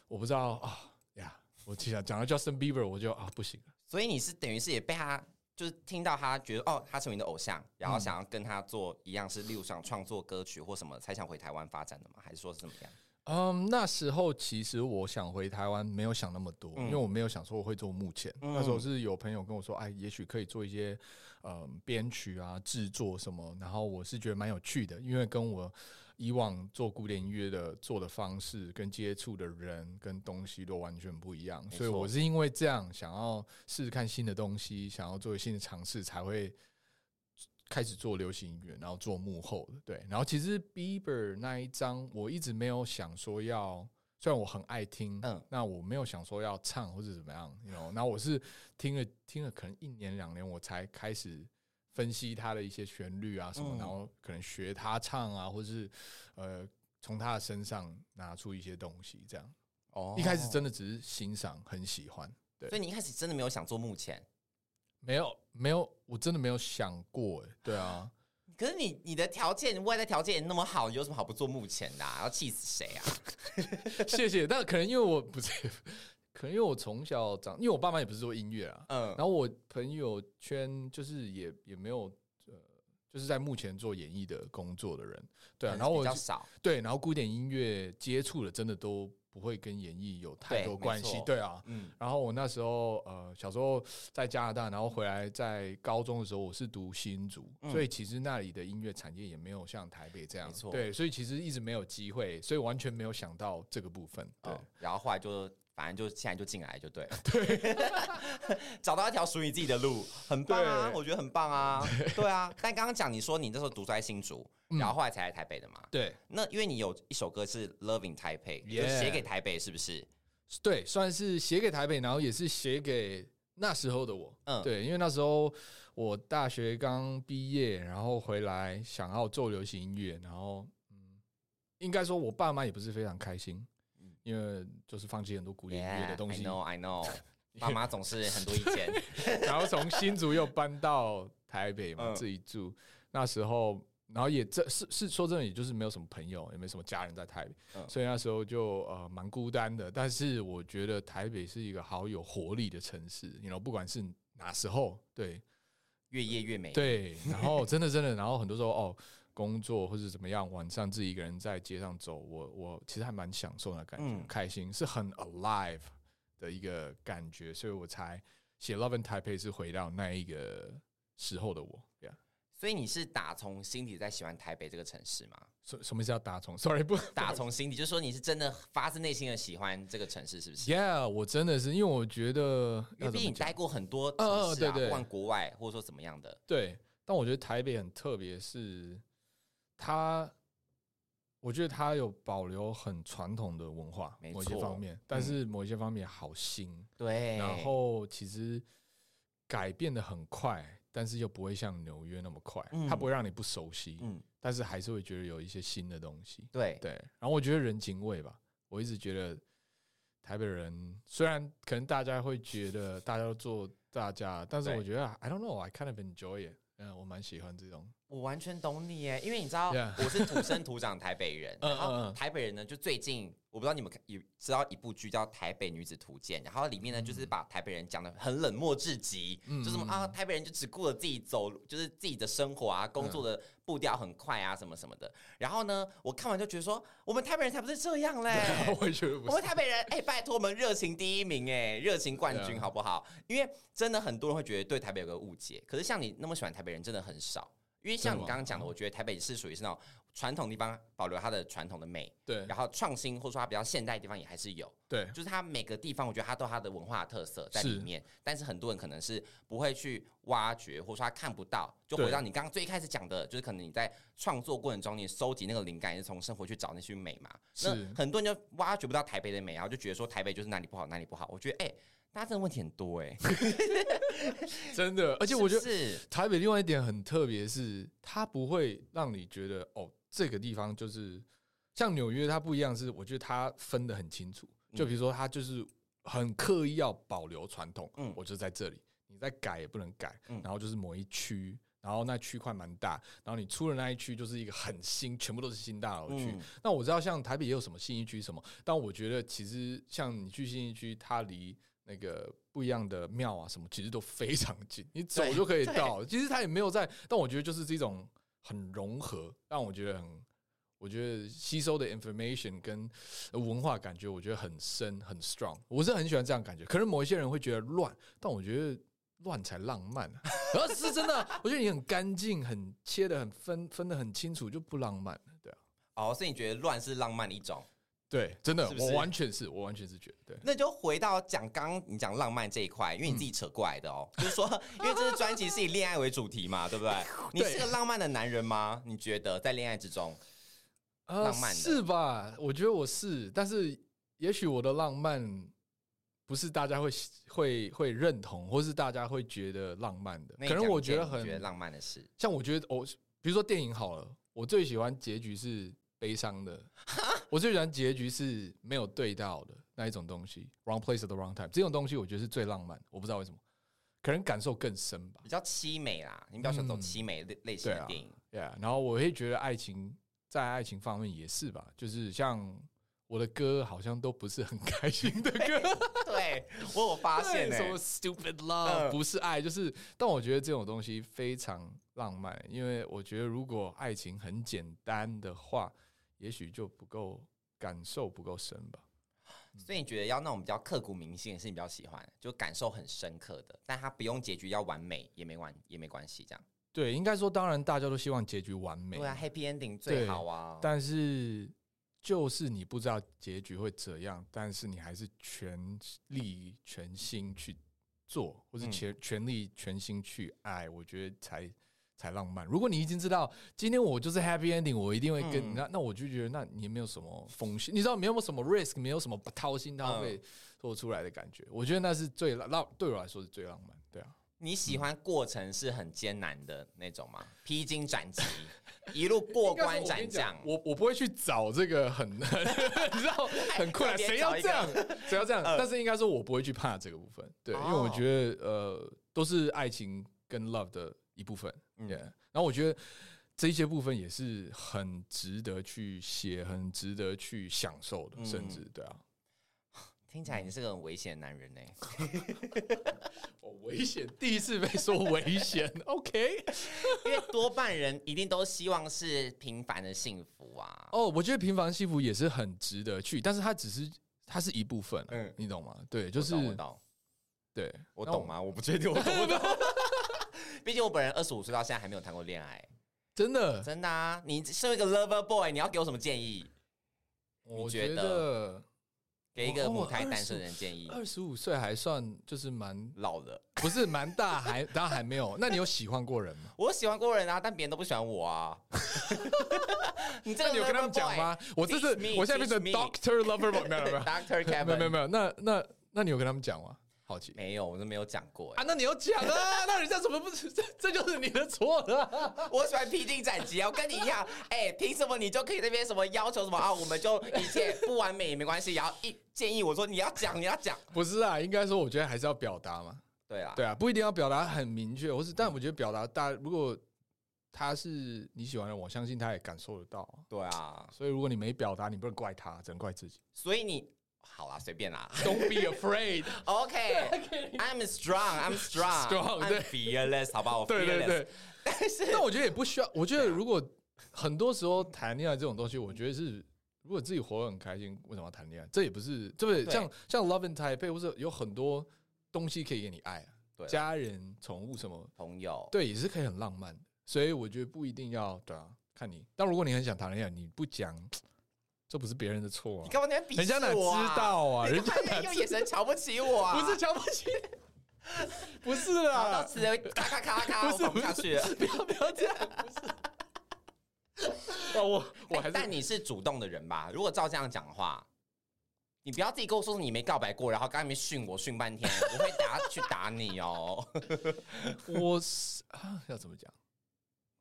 Speaker 2: 我不知道啊呀。我其实讲到 Justin Bieber，我就啊不行了，
Speaker 1: 所以你是等于是也被他就是听到他觉得哦，他成为你的偶像，然后想要跟他做一样是，例如想创作歌曲或什么，才想回台湾发展的吗？还是说是怎么样？
Speaker 2: 嗯，那时候其实我想回台湾，没有想那么多，因为我没有想说我会做幕前。
Speaker 1: 嗯
Speaker 2: 那时候是有朋友跟我说，哎，也许可以做一些嗯编曲啊、制作什么，然后我是觉得蛮有趣的，因为跟我以往做古典音乐的做的方式、跟接触的人、跟东西都完全不一样，
Speaker 1: 错
Speaker 2: 所以我是因为这样想要试试看新的东西，想要做新的尝试，才会开始做流行音乐，然后做幕后的。对，然后其实 Bieber 那一张，我一直没有想说要。虽然我很爱听，嗯
Speaker 1: 嗯，
Speaker 2: 那我没有想说要唱或者怎么样，you know，那我是听了听了可能一年两年，我才开始分析他的一些旋律啊什么，
Speaker 1: 嗯
Speaker 2: 然后可能学他唱啊，或是呃从他的身上拿出一些东西，这样。
Speaker 1: 哦
Speaker 2: 一开始，真的只是欣赏，很喜欢，
Speaker 1: 所以你一开始真的没有想做幕前，
Speaker 2: 没有没有，我真的没有想过、欸，对啊，
Speaker 1: 可是你你的条件外在条件也那么好，你有什么好不做幕前的、啊？要气死谁啊？
Speaker 2: 谢谢。但可能因为我不是， 可能因为我从小长，因为我爸妈也不是做音乐啊，
Speaker 1: 嗯
Speaker 2: 然，后我朋友圈就是也也没有。呃，就是在目前做演艺的工作的人，对啊，然后
Speaker 1: 嗯比
Speaker 2: 我
Speaker 1: 较
Speaker 2: 就
Speaker 1: 少，
Speaker 2: 对，然后古典音乐接触的真的都不会跟演艺有太
Speaker 1: 对
Speaker 2: 多
Speaker 1: 没
Speaker 2: 关系，
Speaker 1: 错
Speaker 2: 对啊。
Speaker 1: 嗯
Speaker 2: 然后我那时候呃小时候在加拿大，然后回来在高中的时候我是读新竹，
Speaker 1: 嗯
Speaker 2: 所以其实那里的音乐产业也没有像台北这样
Speaker 1: 没，错
Speaker 2: 对，所以其实一直没有机会，所以完全没有想到这个部分，对。
Speaker 1: 哦然后后来就。反正就现在就进来就对了。对， 找到一条属于你自己的路，很棒啊！
Speaker 2: 对
Speaker 1: 我觉得很棒啊，对啊。但刚刚讲你说你那时候读在新竹，
Speaker 2: 嗯
Speaker 1: 然后后来才来台北的嘛？
Speaker 2: 对
Speaker 1: 那因为你有一首歌是《Loving Taipei》，就
Speaker 2: Yeah
Speaker 1: 写给台北，是不是？
Speaker 2: 对，算是写给台北，然后也是写给那时候的我。
Speaker 1: 嗯，
Speaker 2: 对，因为那时候我大学刚毕业，然后回来想要做流行音乐，然后嗯，应该说我爸妈也不是非常开心，因为就是放弃很多古典音乐的
Speaker 1: Yeah，I
Speaker 2: 东西
Speaker 1: know 嗯 I know，爸 妈总是很多意见。
Speaker 2: 然后从新竹又搬到台北嘛，
Speaker 1: 嗯
Speaker 2: 自己住。那时候，然后也这是是说真的，也就是没有什么朋友，也没什么家人在台北，
Speaker 1: 嗯
Speaker 2: 所以那时候就呃蛮孤单的。但是我觉得台北是一个好有活力的城市，你知道，不管是哪时候，对
Speaker 1: 越夜越美。，
Speaker 2: 对。然后真的真的，然后很多时候哦。工作或是怎么样，晚上自己一个人在街上走，我我其实还蛮享受那感觉，
Speaker 1: 嗯
Speaker 2: 开心是很 alive 的一个感觉，所以我才写《Love and Taipei》是回到那一个时候的我。对啊，
Speaker 1: 所以你是打从心底在喜欢台北这个城市吗？
Speaker 2: 什什么叫打从？Sorry，不
Speaker 1: 打从心底，就是说你是真的发自内心的喜欢这个城市，是不是？
Speaker 2: ，Yeah，我真的是因为我觉得
Speaker 1: 因
Speaker 2: 要
Speaker 1: 为毕
Speaker 2: 怎么
Speaker 1: 竟你
Speaker 2: 讲
Speaker 1: 待过很多城市
Speaker 2: 嗯
Speaker 1: 啊，
Speaker 2: 嗯对对
Speaker 1: 不管国外或者说怎么样的，
Speaker 2: 对，但我觉得台北很特别，是它，我觉得它有保留很传统的文化，
Speaker 1: 没
Speaker 2: 某些
Speaker 1: 错嗯
Speaker 2: 方面，但是某些方面好新。
Speaker 1: 对
Speaker 2: 然后其实改变的很快，但是又不会像纽约那么快，
Speaker 1: 嗯
Speaker 2: 它不会让你不熟悉，
Speaker 1: 嗯，
Speaker 2: 但是还是会觉得有一些新的东西。
Speaker 1: 对，
Speaker 2: 对，然后我觉得人情味吧，我一直觉得台北人虽然可能大家会觉得大家都做大家，但是
Speaker 1: 对
Speaker 2: 我觉得 I don't know I kind of enjoy it，嗯，我蛮喜欢这种，
Speaker 1: 我完全懂你耶，因为你知道
Speaker 2: Yeah
Speaker 1: 我是土生土长台北 人，
Speaker 2: 嗯
Speaker 1: 然
Speaker 2: 嗯
Speaker 1: 后
Speaker 2: 嗯
Speaker 1: 台北人呢，就最近我不知道你们看有知道一部剧叫《台北女子图鉴》，然后里面呢就是把台北人讲的很冷漠至极，
Speaker 2: 嗯
Speaker 1: 就什么啊，台北人就只顾着自己走，就是自己的生活啊，工作的步调很快啊，什么什么的。然后呢，我看完就觉得说，我们台北人才不是这样嘞，
Speaker 2: 嗯 我也觉得不
Speaker 1: 我们
Speaker 2: 是，
Speaker 1: 台北人，哎、拜托我们热情第一名、哎，热情冠
Speaker 2: 对
Speaker 1: 军
Speaker 2: 啊
Speaker 1: 好不好？因为真的很多人会觉得对台北有个误解，可是像你那么喜欢台北人，真的很少。因为像你
Speaker 2: 真的吗
Speaker 1: 刚刚讲的，我觉得台北是属于是那种传统地方保留它的传统的美，
Speaker 2: 对
Speaker 1: 然后创新或者说它比较现代的地方也还是有，
Speaker 2: 对
Speaker 1: 就是它每个地方我觉得它都有它的文化特色在里
Speaker 2: 是
Speaker 1: 面，但是很多人可能是不会去挖掘，或者说他看不到。就回
Speaker 2: 对
Speaker 1: 到你刚刚最开始讲的，就是可能你在创作过程中，你收集那个灵感也是从生活去找那些美嘛。那
Speaker 2: 是
Speaker 1: 很多人就挖掘不到台北的美，啊然后就觉得说台北就是哪里不好哪里不好。我觉得哎、大家真的问题很多哎、
Speaker 2: 真的，而且我觉得
Speaker 1: 是不
Speaker 2: 台北另外一点很特别，是它不会让你觉得哦，这个地方就是像纽约，它不一样是，我觉得它分得很清楚，
Speaker 1: 嗯
Speaker 2: 就比如说它就是很刻意要保留传统，
Speaker 1: 嗯
Speaker 2: 嗯，我就在这里，你再改也不能改，
Speaker 1: 嗯
Speaker 2: 然后就是某一区。然后那区块蛮大，然后你出了那一区就是一个很新，全部都是新大楼区。
Speaker 1: 嗯
Speaker 2: 那我知道像台北也有什么信义区什么，但我觉得其实像你去信义区，它离那个不一样的庙啊什么，其实都非常近，你走
Speaker 1: 对
Speaker 2: 就可以
Speaker 1: 对
Speaker 2: 到。其实它也没有在，但我觉得就是这种很融合，让我觉得很，我觉得吸收的 information 跟呃文化感觉，我觉得很深很 strong，我是很喜欢这样的感觉。可能某一些人会觉得乱，但我觉得。乱才浪漫、啊， 然后是真的啊、我觉得你很干净，很切的很分分的很清楚，就不浪漫了，对啊。
Speaker 1: 哦，所以你觉得乱是浪漫的一种？
Speaker 2: 对，真的，
Speaker 1: 是不是
Speaker 2: 我完全是我完全是觉得，对，
Speaker 1: 那就回到讲刚刚你讲浪漫这一块，因为你自己扯过来的 哦，就是说，因为这是专辑是以恋爱为主题嘛，对不对？你是个浪漫的男人吗？你觉得在恋爱之中，
Speaker 2: 呃
Speaker 1: 浪漫的
Speaker 2: 是吧？我觉得我是，但是也许我的浪漫不是大家会会会认同，或是大家会觉得浪漫的
Speaker 1: 那，你
Speaker 2: 可能
Speaker 1: 讲
Speaker 2: 我
Speaker 1: 一
Speaker 2: 觉得
Speaker 1: 件你觉得
Speaker 2: 很
Speaker 1: 浪漫的事，
Speaker 2: 像，我觉得我、比如说电影好了，我最喜欢结局是悲伤的，我最喜欢结局是没有对到的那一种东西，wrong place at the wrong time，这种东西我觉得是最浪漫的，我不知道为什么，可能感受更深吧。
Speaker 1: 比较凄美啦，你比较喜欢走
Speaker 2: 嗯
Speaker 1: 凄美类类型
Speaker 2: 对
Speaker 1: 的
Speaker 2: 啊
Speaker 1: 电影，
Speaker 2: Yeah，然后我会觉得爱情在爱情方面也是吧，就是像我的歌好像都不是很 开心的歌，
Speaker 1: 对我有发现
Speaker 2: 啊
Speaker 1: 欸
Speaker 2: 对
Speaker 1: 呢、
Speaker 2: 什么 stupid love、
Speaker 1: 嗯
Speaker 2: 不是爱，就是但我觉得这种东西非常浪漫，因为我觉得如果爱情很简单的话，也许就不够感受不够深吧。
Speaker 1: 所以你觉得要那种比较刻骨铭心的事，你比较喜欢，就感受很深刻的，但它不用结局要完美，也没完也没关系，这样
Speaker 2: 对，应该说，当然大家都希望结局完美，啊
Speaker 1: 对啊，，happy ending 最
Speaker 2: 对
Speaker 1: 好啊，
Speaker 2: 但是就是你不知道结局会怎样，但是你还是全力全心去做，或是
Speaker 1: 嗯
Speaker 2: 全、全力全心去爱，我觉得才才浪漫。如果你已经知道今天我就是 happy ending，我一定会跟、
Speaker 1: 嗯
Speaker 2: 那那我就觉得那你没有什么风险，你知道没有什么 risk，没有什么掏心掏肺
Speaker 1: 嗯
Speaker 2: 做出来的感觉，我觉得那是最浪浪对我来说是最浪漫，对啊。
Speaker 1: 你喜欢过程是很艰难的那种吗？披荆斩棘， 一路过关斩将。
Speaker 2: 我我不会去找这个很， 你 知道很困难，
Speaker 1: 特别
Speaker 2: 谁要
Speaker 1: 找一
Speaker 2: 这
Speaker 1: 个
Speaker 2: 样，谁要这样？
Speaker 1: 嗯
Speaker 2: 但是应该说，我不会去怕这个部分，对，
Speaker 1: 哦
Speaker 2: 因为我觉得呃，都是爱情跟 love 的一部分，
Speaker 1: 嗯
Speaker 2: yeah 然后我觉得这些部分也是很值得去写，很值得去享受的，
Speaker 1: 嗯
Speaker 2: 甚至对啊，
Speaker 1: 听起来你是个很危险的男人呢、
Speaker 2: 哦，危险，第一次被说危险 ，OK，
Speaker 1: 因为多半人一定都希望是平凡的幸福啊。
Speaker 2: 哦，我觉得平凡幸福也是很值得去，但是它只是它是一部分啊、
Speaker 1: 嗯
Speaker 2: 你懂吗？对，就
Speaker 1: 我
Speaker 2: 是啊
Speaker 1: 懂我懂，
Speaker 2: 对。
Speaker 1: 我懂吗？我不确定我懂不懂。毕竟我本人二十五岁到现在还没有谈过恋爱，
Speaker 2: 真的，
Speaker 1: 真的啊！你身为一个 lover boy，你要给我什么建议？
Speaker 2: 我
Speaker 1: 觉
Speaker 2: 觉
Speaker 1: 得
Speaker 2: 得
Speaker 1: 给一个
Speaker 2: 哦
Speaker 1: 母胎单
Speaker 2: 25
Speaker 1: 身人建议。
Speaker 2: 二十五岁还算就是蛮
Speaker 1: 老了，
Speaker 2: 不是蛮大，还 当然还没有。那你有喜欢过人吗？
Speaker 1: 我喜欢过人啊，但别人都不喜欢我啊。 你这个
Speaker 2: 那你有跟他
Speaker 1: lover
Speaker 2: 们讲
Speaker 1: boy
Speaker 2: 吗？我这是
Speaker 1: teach me，
Speaker 2: 我现在变成
Speaker 1: teach me
Speaker 2: Doctor Lover Boy，没有没有
Speaker 1: ？Doctor
Speaker 2: 没有
Speaker 1: Kevin，
Speaker 2: 没有没有没有。那那那你有跟他们讲吗？好奇
Speaker 1: 没有，我都没有讲过、
Speaker 2: 啊
Speaker 1: 欸。，
Speaker 2: 那你有 讲啊？那人家怎么不是？这这就是你的错了啊。
Speaker 1: 我喜欢披荆斩棘啊，我跟你一样。哎、凭什么你就可以那边什么要求什么啊？我们就一切不完美也没关系，然后一建议我说你要讲，你要讲。
Speaker 2: 不是啊，应该说我觉得还是要表达嘛。
Speaker 1: 对啦，
Speaker 2: 对啊，不一定要表达很明确，或是但我觉得表达大，如果他是你喜欢的人，我相信他也感受得到啊。
Speaker 1: 对啊，
Speaker 2: 所以如果你没表达，你不能怪他，只能怪自己。
Speaker 1: 所以你好啦，随便啦。
Speaker 2: Don't be afraid 。
Speaker 1: OK，I'm strong，I'm
Speaker 2: Strong，对
Speaker 1: strong，I'm fearless，好吧，我 fearless。
Speaker 2: 对对对，
Speaker 1: 但是
Speaker 2: 但我觉得也不需要。我觉得如果很多时候谈恋爱这种东西，我觉得是如果自己活得很开心，为什么要谈恋爱？这也不是对不对？
Speaker 1: 对
Speaker 2: 像像 Love and Taipei，或者有很多东西可以给你爱啊，
Speaker 1: 对啊
Speaker 2: 家人、宠物什么，
Speaker 1: 朋友，
Speaker 2: 对，也是可以很浪漫的。所以我觉得不一定要对啊，看你。但如果你很想谈恋爱，你不讲，这不是别人的错
Speaker 1: 你
Speaker 2: 啊，
Speaker 1: 干嘛那边鄙
Speaker 2: 人家哪
Speaker 1: 视我啊？
Speaker 2: 知道啊？人
Speaker 1: 人
Speaker 2: 家
Speaker 1: 家用眼神瞧不起我啊！
Speaker 2: 不是瞧不起，不是
Speaker 1: 好，
Speaker 2: 啦
Speaker 1: 到，此为止咔咔咔咔，
Speaker 2: 不
Speaker 1: 我
Speaker 2: 是
Speaker 1: 放不下去了。
Speaker 2: 不要不要这样，不是。哇，我我还是
Speaker 1: 哎但你是主动的人吧？如果照这样讲的话，你不要自己跟我说你没告白过，然后刚才没训我训 半天，我会打去打你哦。
Speaker 2: 我是啊，要怎么讲？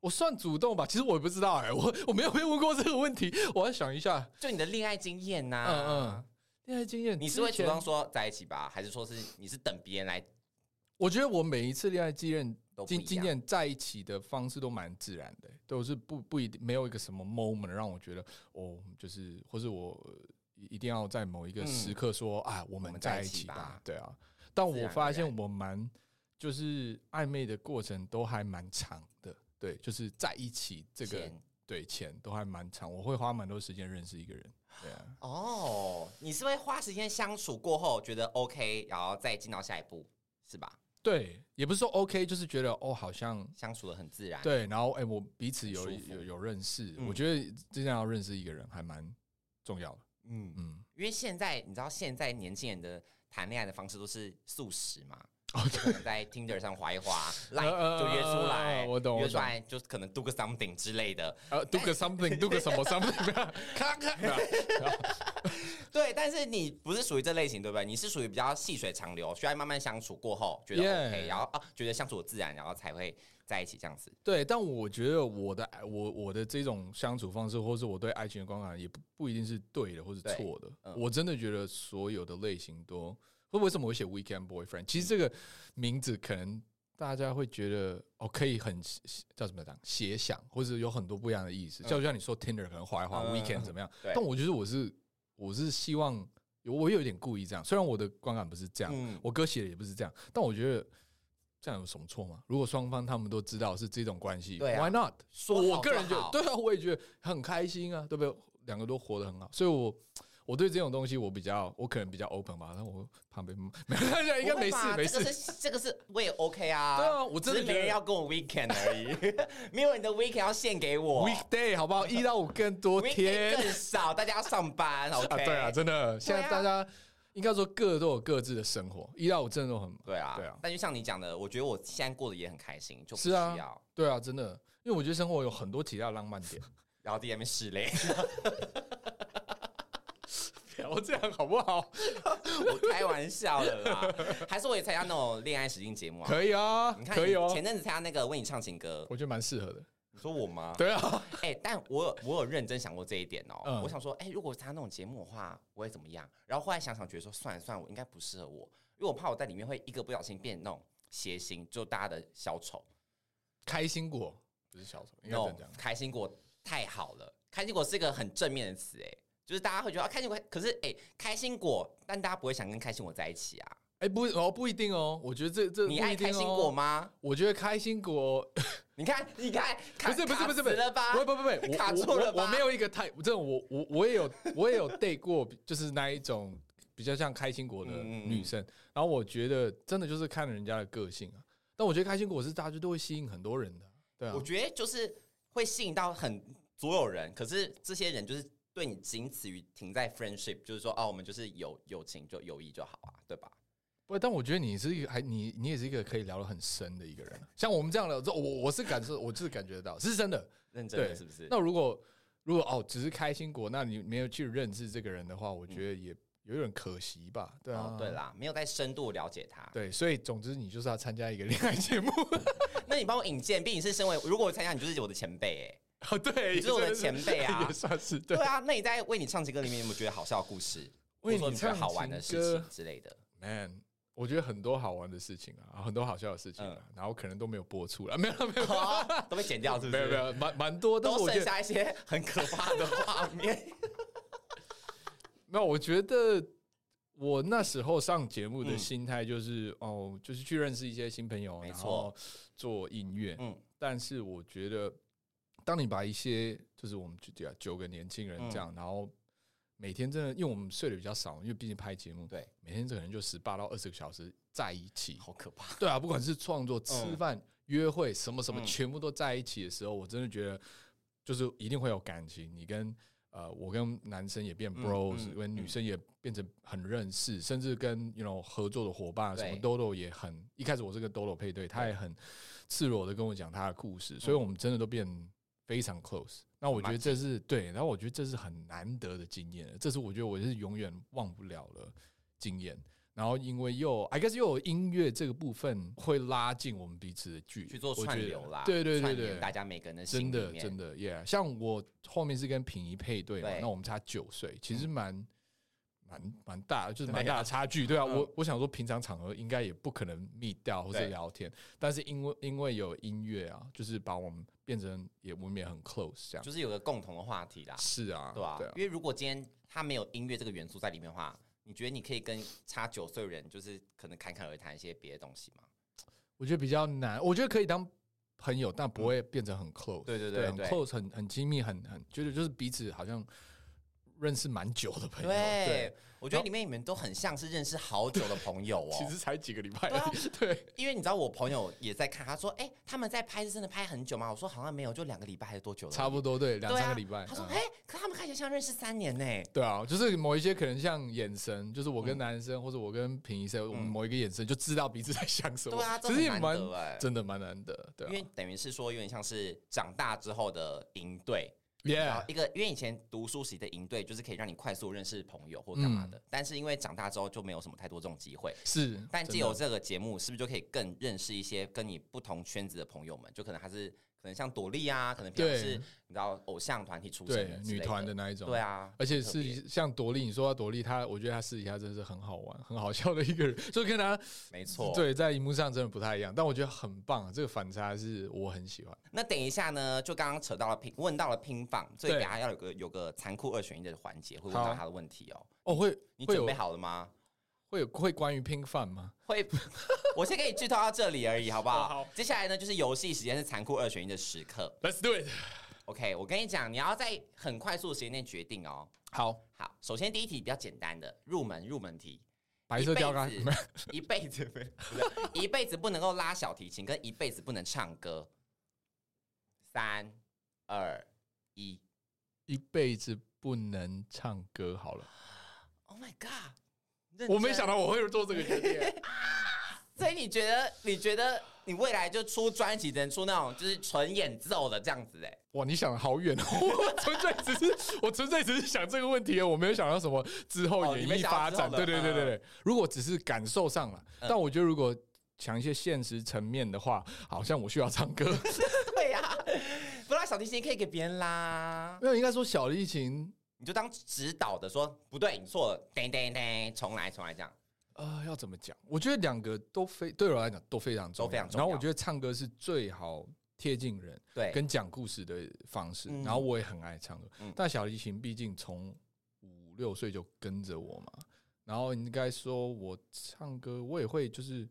Speaker 2: 我算主动吧，其实我也不知道哎、 我我没有被问过这个问题，我要想一下。
Speaker 1: 就你的恋爱经验呐、
Speaker 2: 嗯嗯，恋爱经验，
Speaker 1: 啊你是会主
Speaker 2: 之前
Speaker 1: 动？说在一起吧，还是说是你是等别人来
Speaker 2: 我觉得我每一次恋爱经验
Speaker 1: 都不一
Speaker 2: 经
Speaker 1: 样？
Speaker 2: 经验在一起的方式都蛮自然的、都是不不一定没有一个什么 moment 让我觉得哦，就是或是我呃一一定要在某一个
Speaker 1: 嗯
Speaker 2: 时刻说、啊，我
Speaker 1: 我
Speaker 2: 们
Speaker 1: 们在
Speaker 2: 在
Speaker 1: 一
Speaker 2: 一
Speaker 1: 起
Speaker 2: 起吧，
Speaker 1: 吧
Speaker 2: 对啊。但
Speaker 1: 自
Speaker 2: 我
Speaker 1: 然而
Speaker 2: 发
Speaker 1: 然
Speaker 2: 现我蛮就是暧昧的过程都还蛮长的，对，就是在一起这个
Speaker 1: 钱
Speaker 2: 对钱都还蛮长，我会花蛮多时间认识一个人，对啊。
Speaker 1: 哦，你是会花时间相处过后觉得 OK，然后再进到下一步是吧？
Speaker 2: 对，也不是说 OK，就是觉得哦，好像
Speaker 1: 相处的很自然，，
Speaker 2: 对，然后哎、我彼此有
Speaker 1: 很舒服
Speaker 2: 有有认识，
Speaker 1: 嗯
Speaker 2: 我觉得真的要认识一个人还蛮重要的。
Speaker 1: 嗯，
Speaker 2: 嗯，
Speaker 1: 因为现在你知道现在年轻人的谈恋爱的方式都是速食嘛，
Speaker 2: 哦
Speaker 1: 可能在 Tinder 上划一划，来
Speaker 2: 呃
Speaker 1: 就约出来，
Speaker 2: 我懂，
Speaker 1: 约
Speaker 2: 我
Speaker 1: 出
Speaker 2: 懂。
Speaker 1: 来就可能 do 个 something 之类的。
Speaker 2: 呃，do 个 something，do 个什么 something，咔 啊咔。
Speaker 1: 对，但是你不是属于这类型，对不对？你是属于比较细水长流，需要慢慢相处过后觉得
Speaker 2: Yeah
Speaker 1: OK，然后啊觉得相处自然，然后才会在一起这样子。
Speaker 2: 对，但我觉得我的我我的这种相处方式，或是我对爱情的观感，也不不一定是对的，或是
Speaker 1: 对
Speaker 2: 错的。
Speaker 1: 嗯
Speaker 2: 我真的觉得所有的类型都，或为什么我写 weekend boyfriend？其实这个名字可能大家会觉得哦，可以很叫什么讲遐想，或者有很多不一样的意思。
Speaker 1: 嗯
Speaker 2: 就像你说 Tinder 可能划一划、
Speaker 1: 嗯
Speaker 2: weekend 怎么样，
Speaker 1: 对
Speaker 2: 但我觉得我是我是希望。我有点故意这样，虽然我的观感不是这样，
Speaker 1: 嗯
Speaker 2: 我歌写的也不是这样，但我觉得这样有什么错吗？如果双方他们都知道是这种关系、
Speaker 1: 对啊
Speaker 2: w h y not？
Speaker 1: 说好
Speaker 2: 我个人
Speaker 1: 就
Speaker 2: 就
Speaker 1: 好
Speaker 2: 对啊，我也觉得很开心啊，对不对？两个都活得很好，所以我我对这种东西我比较，我可能比较 open 吧，但我旁边没 有，应该没事
Speaker 1: 不会吧
Speaker 2: 没事
Speaker 1: 这。个是这个是我也 OK 啊。
Speaker 2: 对啊我真的
Speaker 1: 只是没
Speaker 2: 觉
Speaker 1: 人
Speaker 2: 得
Speaker 1: 要跟我 weekend 而已， 没有你的 weekend 要献给我
Speaker 2: Weekday 好不好？一到五更 多
Speaker 1: weekend
Speaker 2: 天
Speaker 1: 更少，大家要上 班
Speaker 2: 啊，
Speaker 1: OK？
Speaker 2: 对啊，真的，现在
Speaker 1: 对啊
Speaker 2: 大家应该说各都有各自的生活，一到五真的都很
Speaker 1: 对啊，
Speaker 2: 对啊
Speaker 1: 但就像你讲的，我觉得我现在过得也很开心，就不需
Speaker 2: 是啊
Speaker 1: 要。
Speaker 2: 对啊，真的，因为我觉得生活有很多其他的浪漫 点。
Speaker 1: 然后在那边室内，
Speaker 2: 不要这样好不好？
Speaker 1: 我开玩笑的啦。还是我也参加那种恋爱实境节目啊？
Speaker 2: 可以啊
Speaker 1: 你，看，
Speaker 2: 可以哦，
Speaker 1: 前阵子参加那个为你唱情歌，
Speaker 2: 我觉得蛮适合的。
Speaker 1: 你说我吗？
Speaker 2: 对啊，
Speaker 1: 哎、但我有我有认真想过这一点哦、
Speaker 2: 嗯
Speaker 1: 我想说，哎、如果参加那种节目的话，我会怎么样？然后后来想想，觉得说，算了算了，我应该不适合我，因为我怕我在里面会一个不小心变那种谐星，就大家的小丑。
Speaker 2: 开心果不是小丑，应该这
Speaker 1: no，
Speaker 2: 样讲。
Speaker 1: 开心果太好了，开心果是一个很正面的词，哎，就是大家会觉得、啊、开心果，可是哎、开心果，但大家不会想跟开心果在一起啊。
Speaker 2: 哎，不哦，不一定哦。我觉得这这
Speaker 1: 你
Speaker 2: 不一
Speaker 1: 爱
Speaker 2: 定
Speaker 1: 开心果
Speaker 2: 哦？
Speaker 1: 吗？
Speaker 2: 我觉得开心果
Speaker 1: 你看，你看，
Speaker 2: 不是不是不是不是
Speaker 1: 了吧？
Speaker 2: 不不不不，我
Speaker 1: 啊卡住
Speaker 2: 我
Speaker 1: 了
Speaker 2: 我
Speaker 1: 吧
Speaker 2: 我没有一个太这种，我我我也有我也有 date 过，就是那一种比较像开心果的
Speaker 1: 嗯嗯嗯
Speaker 2: 女生。然后我觉得真的就是看人家的个性啊。但我觉得开心果是大家都会吸引很多人的，对啊
Speaker 1: 我。觉得就是会吸引到很所有人，可是这些人就是对你仅此于停在 friendship，就是说哦，我们就是友友情就友谊就好啊，对吧？
Speaker 2: 不，但我觉得你是一个还你你也是一个可以聊得很深的一个人啊。像我们这样聊之后，我我是感受， 我就是感觉得到是真的。
Speaker 1: 认真的
Speaker 2: 对
Speaker 1: 是不是？
Speaker 2: 那如果如果哦，只是开心果，那你没有去认识这个人的话，我觉得也有点可惜吧。对啊，
Speaker 1: 哦，对啦，没有再深度了解他。
Speaker 2: 对，所以总之你就是要参加一个恋爱节目。
Speaker 1: 那你帮我引荐，毕竟是身为如果我参加，你就是我的前辈哎、
Speaker 2: 哦，对，
Speaker 1: 你是我的
Speaker 2: 真
Speaker 1: 前辈啊
Speaker 2: 也算是 对
Speaker 1: 对。啊，那你在为你唱情歌里面有没有觉得好笑的故事，或者
Speaker 2: 为你
Speaker 1: 说你觉得
Speaker 2: 唱
Speaker 1: 好玩
Speaker 2: 情
Speaker 1: 的事
Speaker 2: 歌
Speaker 1: 情之类的？
Speaker 2: Man，我觉得很多好玩的事情啊，很多好笑的事情啊，
Speaker 1: 嗯
Speaker 2: 然后可能都没有播出 来，没有没有
Speaker 1: 好啊 都被剪掉是不
Speaker 2: 没
Speaker 1: 是？
Speaker 2: 有没有，蛮蛮多，但是
Speaker 1: 都
Speaker 2: 我觉
Speaker 1: 剩
Speaker 2: 得
Speaker 1: 下一些很可怕的画 面。
Speaker 2: 没有，我觉得。我那时候上节目的心态就是、哦，就是去认识一些新朋友，
Speaker 1: 嗯没
Speaker 2: 然
Speaker 1: 错
Speaker 2: 后做音乐，
Speaker 1: 嗯
Speaker 2: 但是我觉得，当你把一些就是我们就对啊九个年轻人
Speaker 1: 嗯
Speaker 2: 这样，然后每天真的，因为我们睡得比较少，因为毕竟拍节目，
Speaker 1: 对，
Speaker 2: 每天可能就十八到二十个小时在一起。
Speaker 1: 好可怕。
Speaker 2: 对啊，不管是创作、吃饭、约会什么什么，
Speaker 1: 嗯
Speaker 2: 全部都在一起的时候，我真的觉得就是一定会有感情。你跟呃，我跟男生也变
Speaker 1: 嗯
Speaker 2: bros，、
Speaker 1: 嗯
Speaker 2: 跟女生也变成很认识，甚至跟 you know 合作的伙伴什么
Speaker 1: 对
Speaker 2: Dolo 也很。一开始我是跟 Dolo 配对，他也很赤裸的跟我讲他的故
Speaker 1: 嗯
Speaker 2: 事，所以我们真的都变非常 close。那我觉得这是对，然后我觉得这是很难得的经验，这是我觉得我是永远忘不了的经验。然后因为又 I guess 又有音乐这个部分会拉近我们彼此的距离，
Speaker 1: 去做
Speaker 2: 我觉
Speaker 1: 串
Speaker 2: 得
Speaker 1: 流啦，
Speaker 2: 对对对
Speaker 1: 串联
Speaker 2: 对，
Speaker 1: 大家每个人的心里
Speaker 2: 真的
Speaker 1: 面，
Speaker 2: 真的，Yeah，像我后面是跟品仪配对嘛，
Speaker 1: 对嗯
Speaker 2: 那我们差九岁，其实蛮。蛮蛮大的，就是蛮
Speaker 1: 对啊
Speaker 2: 大的差距，对啊，
Speaker 1: 嗯
Speaker 2: 我我想说，平常场合应该也不可能密掉或者
Speaker 1: 对
Speaker 2: 聊天，但是因为因为有音乐啊，就是把我们变成也我们也很 close 这样，
Speaker 1: 就是有个共同的话题啦，
Speaker 2: 是啊，
Speaker 1: 对吧、因为如果今天他没有音乐这个元素在里面的话，你觉得你可以跟差九岁的人，就是可能侃侃而谈一些别的东西吗？
Speaker 2: 我觉得比较难，我觉得可以当朋友，但不会变成很 close，、
Speaker 1: 嗯对对对
Speaker 2: 对很
Speaker 1: 对
Speaker 2: close，很很亲密，很很觉得就是彼此好像认识蛮久的朋友，对，
Speaker 1: 我觉得里面你们都很像是认识好久的朋友哦。
Speaker 2: 其实才几个礼拜
Speaker 1: 对啊
Speaker 2: 而已，对，
Speaker 1: 因为你知道我朋友也在看，他说：“哎、他们在拍是真的拍很久吗？”我说：“好像没有，就两个礼拜还是多久了？”
Speaker 2: 差不
Speaker 1: 多
Speaker 2: 多对，两三个礼
Speaker 1: 啊
Speaker 2: 拜。、
Speaker 1: 他说：“
Speaker 2: 嗯
Speaker 1: 哎、可他们看起来像认识三年呢、
Speaker 2: 对啊，就是某一些可能像眼神，就是我跟男生、或者我跟平医生，我们
Speaker 1: 嗯
Speaker 2: 某一个眼神就知道彼此在想什么。
Speaker 1: 对啊，这
Speaker 2: 其实
Speaker 1: 很
Speaker 2: 也
Speaker 1: 难
Speaker 2: 蛮
Speaker 1: 得哎、
Speaker 2: 真的蛮啊难得，对
Speaker 1: 因为等于是说有点像是长大之后的营队，然后
Speaker 2: 啊，
Speaker 1: 一个，因为以前读书时的营队就是可以让你快速认识朋友或干
Speaker 2: 嗯
Speaker 1: 嘛的，但是因为长大之后就没有什么太多这种机会。
Speaker 2: yeah, 是，
Speaker 1: 但
Speaker 2: 真
Speaker 1: 借
Speaker 2: 的
Speaker 1: 由这个节目，是不是就可以更认识一些跟你不同圈子的朋友们？就可能他是可能像朵莉啊，可能平常
Speaker 2: 对
Speaker 1: 是你知道偶像团体出身
Speaker 2: 对
Speaker 1: 的之
Speaker 2: 女
Speaker 1: 类
Speaker 2: 团的，那一种，
Speaker 1: 对啊，
Speaker 2: 而且
Speaker 1: 很特别
Speaker 2: 是像朵莉，你说到朵莉，她我觉得她私底下真的是很好玩、很好笑的一个人，就跟她
Speaker 1: 没错。
Speaker 2: 对在荧幕上真的不太一样，但我觉得很棒，啊这个反差是我很喜欢。
Speaker 1: 那等一下呢，就刚刚扯到了拼，问到了拼棒，所以
Speaker 2: 对
Speaker 1: 等一下要有个有个残酷二选一的环节，会问到
Speaker 2: 好
Speaker 1: 他的问题哦。
Speaker 2: 哦，会
Speaker 1: 你准
Speaker 2: 会有
Speaker 1: 备好了吗？
Speaker 2: 会有会关于 Pink Fan 吗？
Speaker 1: 会，我先给你剧透到这里而已，好不好？
Speaker 2: 哦好
Speaker 1: 接下来呢，就是游戏时间是残酷二选一的时刻。
Speaker 2: Let's do it。
Speaker 1: OK，我跟你讲，你要在很快速的时间内决定哦。
Speaker 2: 好，
Speaker 1: 好，首先第一题比较简单的入门入门题，
Speaker 2: 白色钓竿
Speaker 1: 一辈子一辈子不是一辈子不能够拉小提琴，跟一辈子不能唱歌。三二一
Speaker 2: 一辈子不能唱歌好了。
Speaker 1: ，Oh my God！认
Speaker 2: 我没
Speaker 1: 真
Speaker 2: 想到我会做这个决定，啊
Speaker 1: 所以你觉得？你觉得你未来就出专辑，只能出那种就是纯演奏的这样子、哎，
Speaker 2: 哇！你想的好远哦， 我纯粹只是我纯粹只是想这个问题哦，我没有想到什么之后
Speaker 1: 哦你
Speaker 2: 演
Speaker 1: 没
Speaker 2: 艺
Speaker 1: 想到
Speaker 2: 发
Speaker 1: 之
Speaker 2: 展。
Speaker 1: 后
Speaker 2: 对
Speaker 1: 的
Speaker 2: 对对对对，如果只是感受上了，
Speaker 1: 嗯
Speaker 2: 但我觉得如果讲一些现实层面的话，好像我需要唱 歌。
Speaker 1: 对呀、不拉小提琴可以给别人拉，
Speaker 2: 没有，应该说小提琴，
Speaker 1: 你就当指导的说不对，你错了，噔噔噔，重来重来这样。
Speaker 2: 呃，要怎么讲？我觉得两个都非对我来讲都非常重要，
Speaker 1: 都非常重
Speaker 2: 然后
Speaker 1: 要
Speaker 2: 我觉得唱歌是最好贴近人
Speaker 1: 对，
Speaker 2: 跟讲故事的方式，
Speaker 1: 嗯
Speaker 2: 然后我也很爱唱歌。
Speaker 1: 嗯
Speaker 2: 但小提琴毕竟从五六岁就跟着我嘛，然后应该说我唱歌我也会就是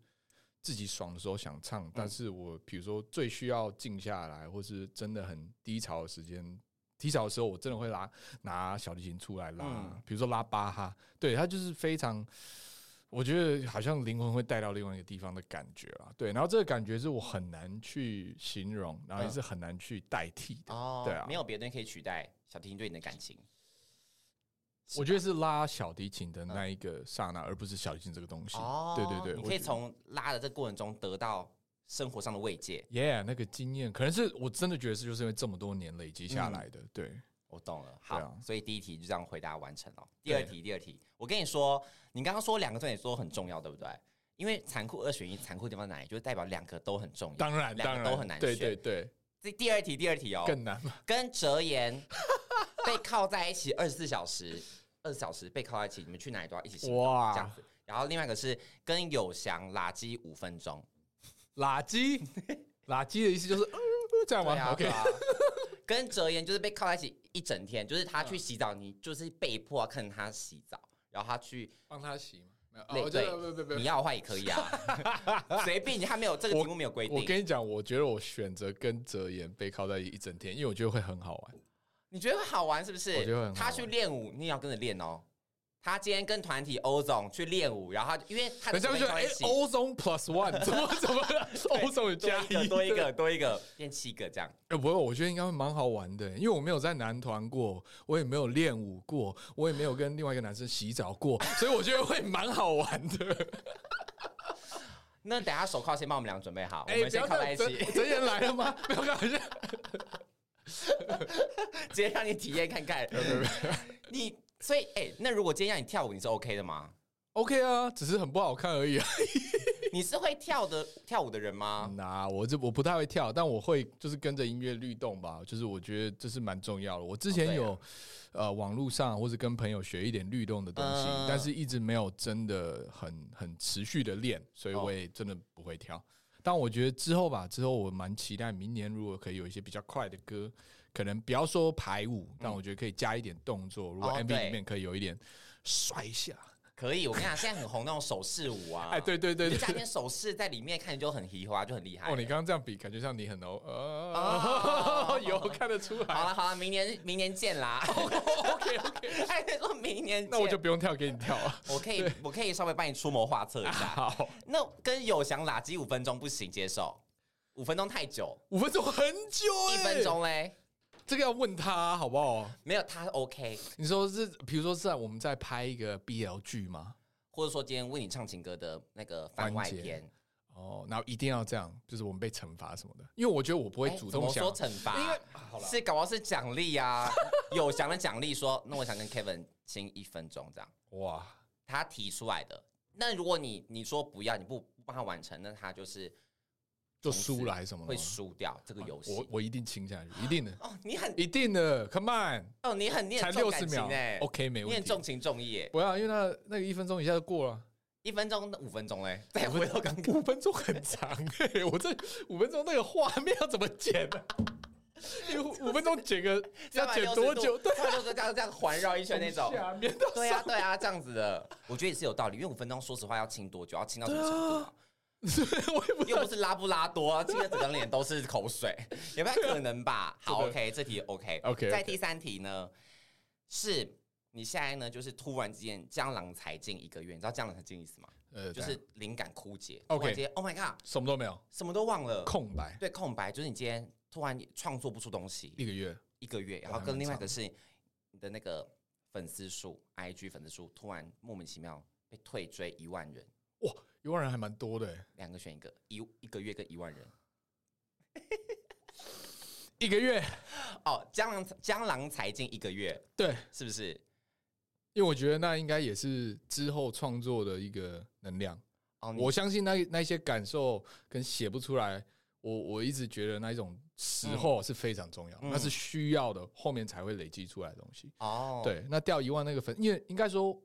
Speaker 2: 自己爽的时候想唱，
Speaker 1: 嗯
Speaker 2: 但是我比如说最需要静下来，或是真的很低潮的时间。低潮的时候，我真的会拉拿小提琴出来拉，
Speaker 1: 嗯
Speaker 2: 比如说拉巴哈，对他就是非常，我觉得好像灵魂会带到另外一个地方的感觉啊。对，然后这个感觉是我很难去形容，然后也
Speaker 1: 嗯
Speaker 2: 是很难去代替的。
Speaker 1: 哦，
Speaker 2: 对啊
Speaker 1: 没有别的东西可以取代小提琴对你的感情。
Speaker 2: 我觉得是拉小提琴的那一个刹那，而不是小提琴这个东西。
Speaker 1: 嗯哦，
Speaker 2: 对对对，
Speaker 1: 你
Speaker 2: 我
Speaker 1: 可以
Speaker 2: 觉得
Speaker 1: 从拉的这个过程中得到生活上的慰藉。
Speaker 2: Yeah 那个经验，可能是我真的觉得是就是因为这么多年累积
Speaker 1: 嗯
Speaker 2: 下来的。对，
Speaker 1: 我懂了，好，
Speaker 2: 对啊
Speaker 1: 所以第一题就这样回答完成了。哦第
Speaker 2: 对
Speaker 1: 二题，第二题，我跟你说，你刚刚说两个重点说很重要，对不对？因为残酷二选一，残酷的地方在哪里？就是代表两个都很重要。
Speaker 2: 当然
Speaker 1: 两个
Speaker 2: 当然
Speaker 1: 都很难
Speaker 2: 对
Speaker 1: 选
Speaker 2: 对对，
Speaker 1: 这第二题，第二题哦，
Speaker 2: 更难嘛。
Speaker 1: 跟哲言 被靠在一起二十四小时，二十小时被靠在一起，你们去哪里都要一起行动这样
Speaker 2: 哇，
Speaker 1: 子。然后另外一个是跟友翔垃圾五分钟，
Speaker 2: 垃 圾，垃圾的意思就是嗯，这样
Speaker 1: 对
Speaker 2: 吗
Speaker 1: 啊对
Speaker 2: ？OK，
Speaker 1: 啊跟哲言就是被靠在一起一整天，就是他去洗澡，你就是被迫要看他洗澡，然后他去。
Speaker 2: 帮他洗嘛。没有
Speaker 1: 累
Speaker 2: 哦，这个不不不
Speaker 1: 你要的话也可以 啊，随便你。他没有这个题目没有规
Speaker 2: 我
Speaker 1: 定，
Speaker 2: 跟你讲，我觉得我选择跟哲言背靠在一起一整天，因为我觉得会很好玩。
Speaker 1: 你觉得会好玩是不是？
Speaker 2: 我觉得会很好玩
Speaker 1: 他去练舞，你也要跟着练哦。他今天跟团体欧总去练舞，然后他因为他的
Speaker 2: 人家会觉得哎
Speaker 1: 一起
Speaker 2: 欧 z plus one 怎么怎么 欧 z
Speaker 1: 多
Speaker 2: 加
Speaker 1: 一个
Speaker 2: 一
Speaker 1: 多一个多一个变七个这样，
Speaker 2: 哎、不会，我觉得应该会蛮好玩的，因为我没有在男团过，我也没有练舞过，我也没有跟另外一个男生洗澡 过，所以我觉得会蛮好玩的。
Speaker 1: 那等下手铐先帮我们俩准备好，我
Speaker 2: 哎、
Speaker 1: 们
Speaker 2: 不
Speaker 1: 先
Speaker 2: 要
Speaker 1: 靠
Speaker 2: 这
Speaker 1: 在一
Speaker 2: 样，
Speaker 1: 起，
Speaker 2: 真真言来了吗？没有开玩笑，
Speaker 1: 直接让你体验看 看。你所以哎、那如果今天让你跳舞，你是 OK 的吗？
Speaker 2: OK 啊，只是很不好看而已啊。
Speaker 1: 你是会跳的跳舞的人吗？
Speaker 2: 那嗯啊我这我不太会跳，但我会就是跟着音乐律动吧，就是我觉得这是蛮重要的。我之
Speaker 1: 哦
Speaker 2: 前
Speaker 1: 对啊
Speaker 2: 有、呃网络上或者跟朋友学一点律动的东西，
Speaker 1: 嗯
Speaker 2: 但是一直没有真的很很持续的练，所
Speaker 1: 哦
Speaker 2: 以我也真的不会跳。但我觉得之后吧，之后我蛮期待明年如果可以有一些比较快的歌，可能不要说排舞，但我觉得可以加一点动作。如果
Speaker 1: 嗯哦
Speaker 2: MV
Speaker 1: 对啊
Speaker 2: 里面可以有一点甩一下，
Speaker 1: 可以，我跟你讲，现在很红那种手势舞啊，
Speaker 2: 哎，对对对
Speaker 1: 你
Speaker 2: 对
Speaker 1: 加点手势在里面，看你就很移花，就很厉害。
Speaker 2: 哦，你刚刚这样比，感觉像你很哦，
Speaker 1: 哦
Speaker 2: 呃， 有看得出
Speaker 1: 好
Speaker 2: 来。
Speaker 1: 了好了，明年明年见 啦。
Speaker 2: OK OK，
Speaker 1: 还是说明年见？
Speaker 2: Oh, 那我就不用跳给你跳了。
Speaker 1: 我可以我可以稍微帮你出谋划策一下。
Speaker 2: 好，
Speaker 1: 那跟友翔垃圾五分钟不行，接受五分钟太久，
Speaker 2: 五分钟很久
Speaker 1: 一
Speaker 2: 哎，
Speaker 1: 分，钟嘞
Speaker 2: 这个要问他好不好？
Speaker 1: 没有他 OK，
Speaker 2: 你说是，比如说是在我们在拍一个 BL 剧吗？
Speaker 1: 或者说今天为你唱情歌的那个番外篇，
Speaker 2: 哦，然后一定要这样，就是我们被惩罚什么的，因为我觉得我不会
Speaker 1: 哎
Speaker 2: 主
Speaker 1: 怎
Speaker 2: 动
Speaker 1: 么
Speaker 2: 想
Speaker 1: 说，惩
Speaker 2: 因
Speaker 1: 罚
Speaker 2: 为。好了，
Speaker 1: 是，搞不好是奖励啊！ 友翔的奖励说，那我想跟 Kevin 亲一分钟这样。
Speaker 2: 哇，
Speaker 1: 他提出来的。那如果你你说不要，你不不帮他完成，那他就是
Speaker 2: 就输了还是什么了吗？
Speaker 1: 会输掉这个游戏。
Speaker 2: 嗯我我一定亲下去，一定的，
Speaker 1: 哦，你很
Speaker 2: 一定的，Come on，
Speaker 1: 哦，你很你
Speaker 2: 才
Speaker 1: 很重
Speaker 2: 六十
Speaker 1: 感
Speaker 2: 秒
Speaker 1: 情哎、
Speaker 2: ，OK，没
Speaker 1: 你
Speaker 2: 问
Speaker 1: 很
Speaker 2: 题
Speaker 1: 重。情重义哎、
Speaker 2: 不要，因为那那个一分钟一下就过了。
Speaker 1: 一分钟五分钟 哎、再回到 刚刚，
Speaker 2: 五分钟很长哎、我这五分钟那个画面要怎么剪呢、因为五分钟 剪个要剪多久？对，啊
Speaker 1: 他就是这样这样环绕一圈那种
Speaker 2: 从。下面到
Speaker 1: 对啊，对啊，这样子的，我觉得也是有道理。因为五分钟，说实话要清多久，要清到什么程度、啊？
Speaker 2: 我也不知
Speaker 1: 又
Speaker 2: 道
Speaker 1: 不是拉布拉多、啊，清的整张脸都是口水， 也不太可能吧？好
Speaker 2: 真的
Speaker 1: ，OK，这题 OK。
Speaker 2: OK，OK
Speaker 1: 在第三题呢，是你现在呢，就是突然之间江郎才尽一个月，你知道江郎才尽意思吗？
Speaker 2: 呃，
Speaker 1: 就是灵感枯竭
Speaker 2: OK
Speaker 1: 突然间 o h my god，
Speaker 2: 什么都没有，
Speaker 1: 什么都忘了，
Speaker 2: 空白
Speaker 1: 对，空白，就是你今天突然创作不出东西，
Speaker 2: 一个月，
Speaker 1: 一个月，然后跟另外一个是你的那个粉丝数，IG 粉丝数突然莫名其妙被退追一万人，
Speaker 2: 一万人还蛮多的欸，
Speaker 1: 两个选一个，一一个月跟一万人。
Speaker 2: 一个月，
Speaker 1: 哦，江郎江郎才尽一个月，
Speaker 2: 对，
Speaker 1: 是不是？
Speaker 2: 因为我觉得那应该也是之后创作的一个能量。
Speaker 1: 哦，你
Speaker 2: 我相信那那些感受跟写不出来，我我一直觉得那一种时候是非常重要，
Speaker 1: 嗯
Speaker 2: 那是需要的，后面才会累积出来的东西。
Speaker 1: 哦，，
Speaker 2: 对，那掉一万那个粉，因为应该说，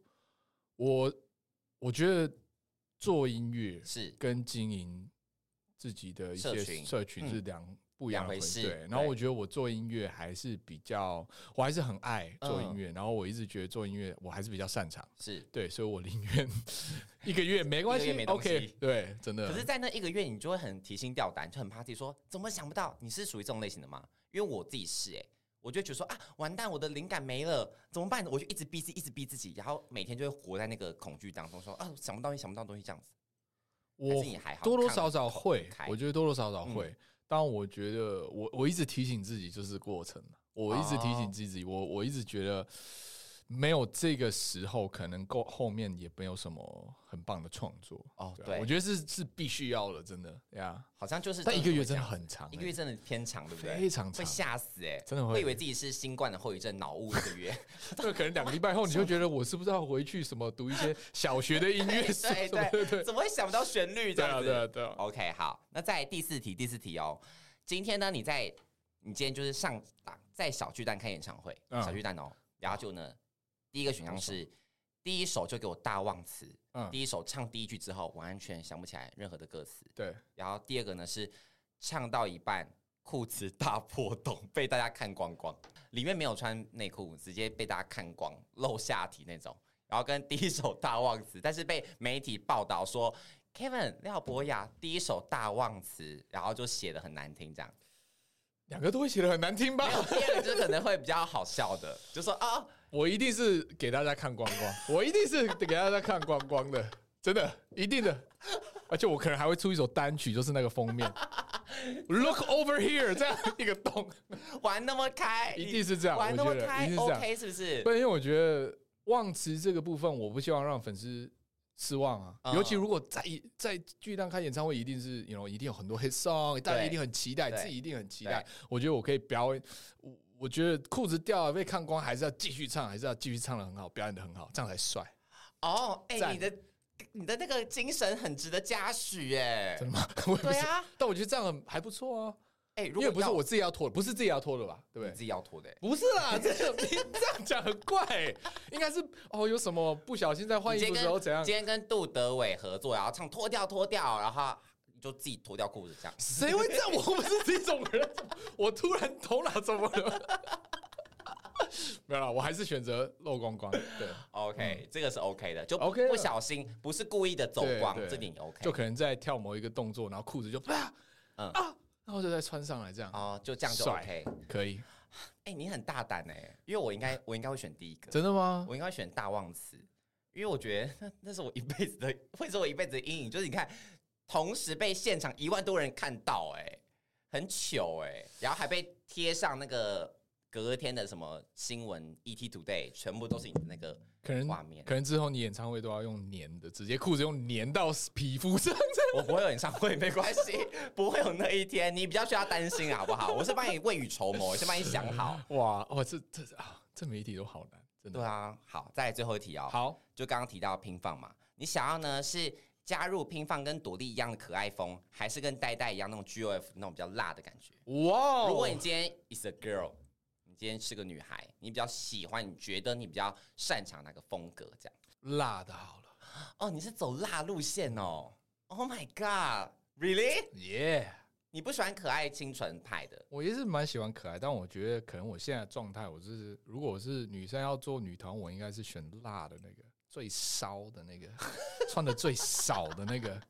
Speaker 2: 我我觉得做音乐
Speaker 1: 是
Speaker 2: 跟经营自己的一
Speaker 1: 社
Speaker 2: 些
Speaker 1: 群嗯
Speaker 2: 社群是两不一样的
Speaker 1: 两回事
Speaker 2: 对，然后
Speaker 1: 对
Speaker 2: 我觉得我做音乐还是比较，我还是很爱做音
Speaker 1: 嗯
Speaker 2: 乐，然后我一直觉得做音乐我还是比较擅长。
Speaker 1: 是。
Speaker 2: 对，所以我宁愿 一个月没关
Speaker 1: 一个
Speaker 2: 系
Speaker 1: 月没东西
Speaker 2: ，OK，对，真的。
Speaker 1: 可是，在那一个月，你就会很提心吊胆，就很怕自己说怎么想不到。你是属于这种类型的吗？因为我自己是哎、我就觉得说啊，完蛋，我的灵感没了，怎么办？我就一直逼自己，一直逼自己，然后每天就会活在那个恐惧当中，说啊，想不到东西，想不到东西这样子。还
Speaker 2: 我
Speaker 1: 是你还好，
Speaker 2: 多多
Speaker 1: 看
Speaker 2: 少少会
Speaker 1: 看开，嗯
Speaker 2: 我觉得多多少少会，但我觉得我我一直提醒自己就是过程，啊我一直提
Speaker 1: 哦
Speaker 2: 醒自己，我我一直觉得没有这个时候，可能够后面也没有什么很棒的创作。
Speaker 1: 哦，
Speaker 2: 对啊，
Speaker 1: 对，
Speaker 2: 我觉得是是必须要的，真的呀。
Speaker 1: 好像就是
Speaker 2: 但一个月真
Speaker 1: 这
Speaker 2: 的
Speaker 1: 样
Speaker 2: 很长欸，
Speaker 1: 一个月真的偏长，对不对？
Speaker 2: 非常
Speaker 1: 会
Speaker 2: 长，
Speaker 1: 吓死哎、
Speaker 2: 真的
Speaker 1: 我
Speaker 2: 会
Speaker 1: 以为自己是新冠的后遗症，脑雾一个月。
Speaker 2: 对，可能两个礼拜后，你就觉得我是不是要回去什么读一些小学的音乐什么
Speaker 1: 对
Speaker 2: 什么
Speaker 1: 对
Speaker 2: 的？对
Speaker 1: 怎么会想不到旋律这
Speaker 2: 对
Speaker 1: 样
Speaker 2: 啊，
Speaker 1: 子？
Speaker 2: 对啊，对啊。
Speaker 1: OK，好，那在第四题，第四题哦。今天呢，你在你今天就是上档在小巨蛋看演唱会，
Speaker 2: 嗯
Speaker 1: 小巨蛋哦，然后就呢，第一个选项是第一首就给我大忘词，
Speaker 2: 嗯
Speaker 1: 第一首唱第一句之后，我完全想不起来任何的歌词。
Speaker 2: 对，
Speaker 1: 然后第二个呢是唱到一半裤子大破洞，被大家看光光，里面没有穿内裤，直接被大家看光，露下体那种。然后跟第一首大忘词，但是被媒体报道说 Kevin 廖博雅第一首大忘词，然后就写的很难听这样。
Speaker 2: 两个都会写的很难听吧
Speaker 1: 没？有第二个就是可能会比较好笑的，就说啊，
Speaker 2: 我一定是给大家看光 光，我一定是给大家看光光的，真的，一定的。而且我可能还会出一首单曲，就是那个封面，Look over here 这样一个洞，
Speaker 1: 玩那么开，
Speaker 2: 一定是这样。我
Speaker 1: 哎玩那
Speaker 2: 觉
Speaker 1: 么
Speaker 2: 得一
Speaker 1: 开
Speaker 2: 定是这样。
Speaker 1: ，OK 是不是
Speaker 2: 不？然因为我觉得忘词这个部分，我不希望让粉丝失望啊。
Speaker 1: 嗯
Speaker 2: 尤其如果在在巨蛋开演唱会，一定是你 you know, 一定有很多 hit song，大家一定很期待，
Speaker 1: 对
Speaker 2: 自己一定很期待。我觉得我可以表演，我我觉得裤子掉了被看光，还是要继续唱，还是要继续唱的很好，表演的很好，这样才帅。
Speaker 1: 哦，哎、
Speaker 2: 赞
Speaker 1: 你的你的那个精神很值得嘉许哎，
Speaker 2: 真的吗？ 我也不
Speaker 1: 对
Speaker 2: 是，
Speaker 1: 啊，
Speaker 2: 但我觉得这样很还不错啊，
Speaker 1: 哎、如果
Speaker 2: 因为不是
Speaker 1: 要
Speaker 2: 我自己要脱的，不是自己要脱的吧？对不
Speaker 1: 你
Speaker 2: 对？
Speaker 1: 自己要脱的、欸。
Speaker 2: 不是啦，这个你这样讲很怪、欸，应该是哦，有什么不小心在换衣
Speaker 1: 你
Speaker 2: 服
Speaker 1: 今
Speaker 2: 的
Speaker 1: 天
Speaker 2: 时候
Speaker 1: 跟
Speaker 2: 怎样？
Speaker 1: 今天跟杜德伟合作，然后唱脱掉脱掉，然后你就自己脱掉裤子这样。
Speaker 2: 谁会这样？我不是这种人，我突然头脑怎么了？没有啦，我还是选择露光光，对，
Speaker 1: OK，、这个是 OK 的，就
Speaker 2: 嗯 OK
Speaker 1: 不
Speaker 2: 了
Speaker 1: 小心，不是故意的走
Speaker 2: 对
Speaker 1: 光，
Speaker 2: 对
Speaker 1: 这点也 OK。
Speaker 2: 就可能在跳某一个动作，然后裤子就啪，
Speaker 1: 嗯
Speaker 2: 啊，然后就再穿上来，这样
Speaker 1: 哦，就这样就
Speaker 2: 嗯帅
Speaker 1: OK。
Speaker 2: 可以？
Speaker 1: 哎、你很大胆哎、因为我应该我应该会选第一个，
Speaker 2: 真的吗？
Speaker 1: 我应该会选大忘词，因为我觉得那那是我一辈子的，会是我一辈子的阴影。就是你看，同时被现场一万多人看到、哎，很糗哎、然后还被贴上那个隔天的什么新闻，ET Today 全部都是你的那个
Speaker 2: 可能
Speaker 1: 画面。
Speaker 2: 嗯可能之后你演唱会都要用粘的，直接裤子用粘到皮肤上，
Speaker 1: 我不会有演唱会，没关系， 不会有那一天。你比较需要担心啊，好不好？我是帮你未雨绸缪，我是帮你想好。
Speaker 2: 哇哇，这这啊，这媒体都好难，真
Speaker 1: 对
Speaker 2: 的。
Speaker 1: 啊，好，再来最后一题哦。
Speaker 2: 好，
Speaker 1: 就刚刚提到拼放嘛，你想要呢是加入拼放跟朵莉一样的可爱风，还是跟呆呆一样那种 G O F 那种比较辣的感觉？
Speaker 2: 哇，哦
Speaker 1: 如果你今天 is a girl，你今天是个女孩，你比较喜欢，你觉得你比较擅长哪个风格？这样
Speaker 2: 辣的好了，
Speaker 1: 哦，你是走辣路线哦。Oh my god，really？
Speaker 2: 耶、
Speaker 1: 你不喜欢可爱清纯派的？
Speaker 2: 我也是蛮喜欢可爱，但我觉得可能我现在的状态，我就是如果我是女生要做女团，我应该是选辣的那个，最骚的那个，穿的最少的那 个。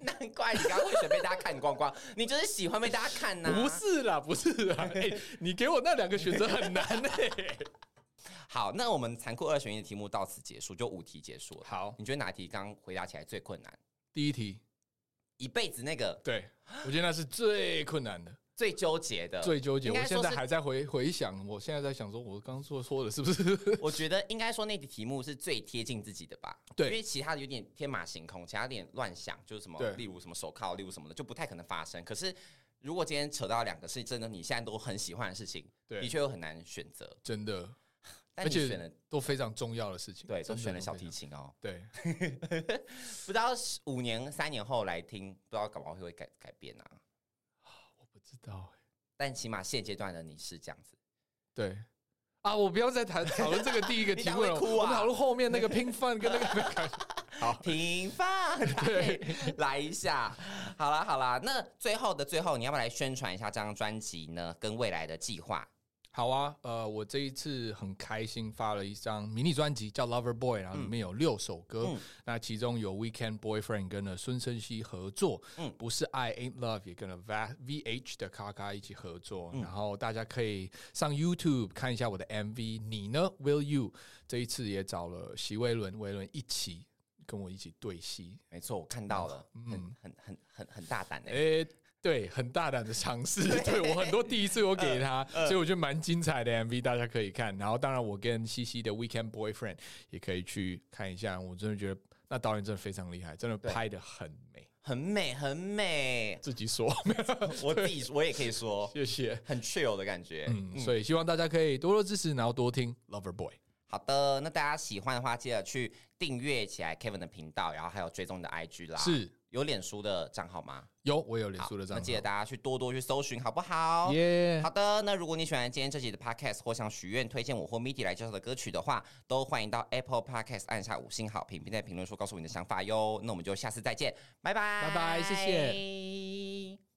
Speaker 1: 难怪你刚刚会选被大家看光光，你就是喜欢被大家看呐、
Speaker 2: 不是啦，不是啦，哎、你给我那两个选择很难哎、
Speaker 1: 好，那我们残酷二选一的题目到此结束，就五题结束了。
Speaker 2: 好，
Speaker 1: 你觉得哪题刚回答起来最困难？
Speaker 2: 第一题，
Speaker 1: 一辈子那个
Speaker 2: 对我觉得那是最困难的、
Speaker 1: 最纠结的，
Speaker 2: 最纠结。
Speaker 1: 应
Speaker 2: 我
Speaker 1: 该说
Speaker 2: 现在
Speaker 1: 是
Speaker 2: 还在回回想，我现在在想说，我刚说说的是不是？
Speaker 1: 我觉得应该说那题题目是最贴近自己的吧，
Speaker 2: 对
Speaker 1: 因为其他的有点天马行空，其他有点乱想，就是什么
Speaker 2: 对，
Speaker 1: 例如什么手铐，例如什么的，就不太可能发生。可是如果今天扯到两个是真的，你现在都很喜欢的事情，的
Speaker 2: 对，
Speaker 1: 确又很难选择。
Speaker 2: 真的
Speaker 1: 但
Speaker 2: 而
Speaker 1: 你
Speaker 2: 且
Speaker 1: 选了，
Speaker 2: 都非常重要的事情，
Speaker 1: 对，
Speaker 2: 真
Speaker 1: 都
Speaker 2: 的
Speaker 1: 选了
Speaker 2: 非
Speaker 1: 小
Speaker 2: 常
Speaker 1: 提。琴哦，
Speaker 2: 对，
Speaker 1: 不知道是五年、三年后来听，不知道搞不好会不会改改变啊。
Speaker 2: 我不知道欸
Speaker 1: 但起码现阶段的你是这样子，
Speaker 2: 对啊，我不要再谈讨论这个第一个
Speaker 1: 你
Speaker 2: 题
Speaker 1: 等下
Speaker 2: 目了，
Speaker 1: 会哭啊
Speaker 2: 我们讨论后面那个拼饭跟那个好，
Speaker 1: 停放，
Speaker 2: 对，
Speaker 1: 来一下。好啦好啦，那最后的最后，你要不要来宣传一下这张专辑呢？跟未来的计划？
Speaker 2: 好啊，呃，我这一次很开心发了一张迷你专辑叫《Lover Boy》，然后里面有六首歌，
Speaker 1: 嗯
Speaker 2: 那其中有 Weekend Boyfriend 跟了孙盛熙合作，
Speaker 1: 嗯
Speaker 2: 不是 I Ain't Love 也跟了 Va- VH 的卡卡一起合作，
Speaker 1: 嗯
Speaker 2: 然后大家可以上 YouTube 看一下我的 MV。你呢，Will You？这一次也找了席维伦、维伦一起跟我一起对戏，
Speaker 1: 没错，我看到了，
Speaker 2: 嗯
Speaker 1: 很很很很很大胆哎、
Speaker 2: 诶、对，很大胆的尝试， 对我很多第一次我给他，
Speaker 1: 嗯
Speaker 2: 所以我觉得蛮精彩的 MV，大家可以看。然后当然我跟西西的 Weekend Boyfriend 也可以去看一下，我真的觉得那导演真的非常厉害，真的拍的很美。
Speaker 1: 很美很
Speaker 2: ，
Speaker 1: 美
Speaker 2: 自己说，没有
Speaker 1: 我自己我也可以说，
Speaker 2: 谢谢。
Speaker 1: 很 chill 的感觉。
Speaker 2: 嗯，所以希望大家可以多多支持，然后多听 Lover Boy。
Speaker 1: 好的，那大家喜欢的话，记得去订阅起来 Kevin 的频道，然后还有追踪你的 IG 啦。
Speaker 2: 是
Speaker 1: 有脸书的账号吗？
Speaker 2: 有，我有脸
Speaker 1: 好
Speaker 2: 书的账
Speaker 1: 那记得
Speaker 2: 号，
Speaker 1: 大家去多多去搜寻，好不好？
Speaker 2: 耶
Speaker 1: 好的，那如果你喜欢今天这集的 podcast 或想许愿推荐我或 MIDI 来介绍的歌曲的话，都欢迎到 Apple Podcast 按下五星好评，并在评论说告诉我你的想法哟。那我们就下次再见，拜拜，
Speaker 2: 拜拜谢
Speaker 1: 谢。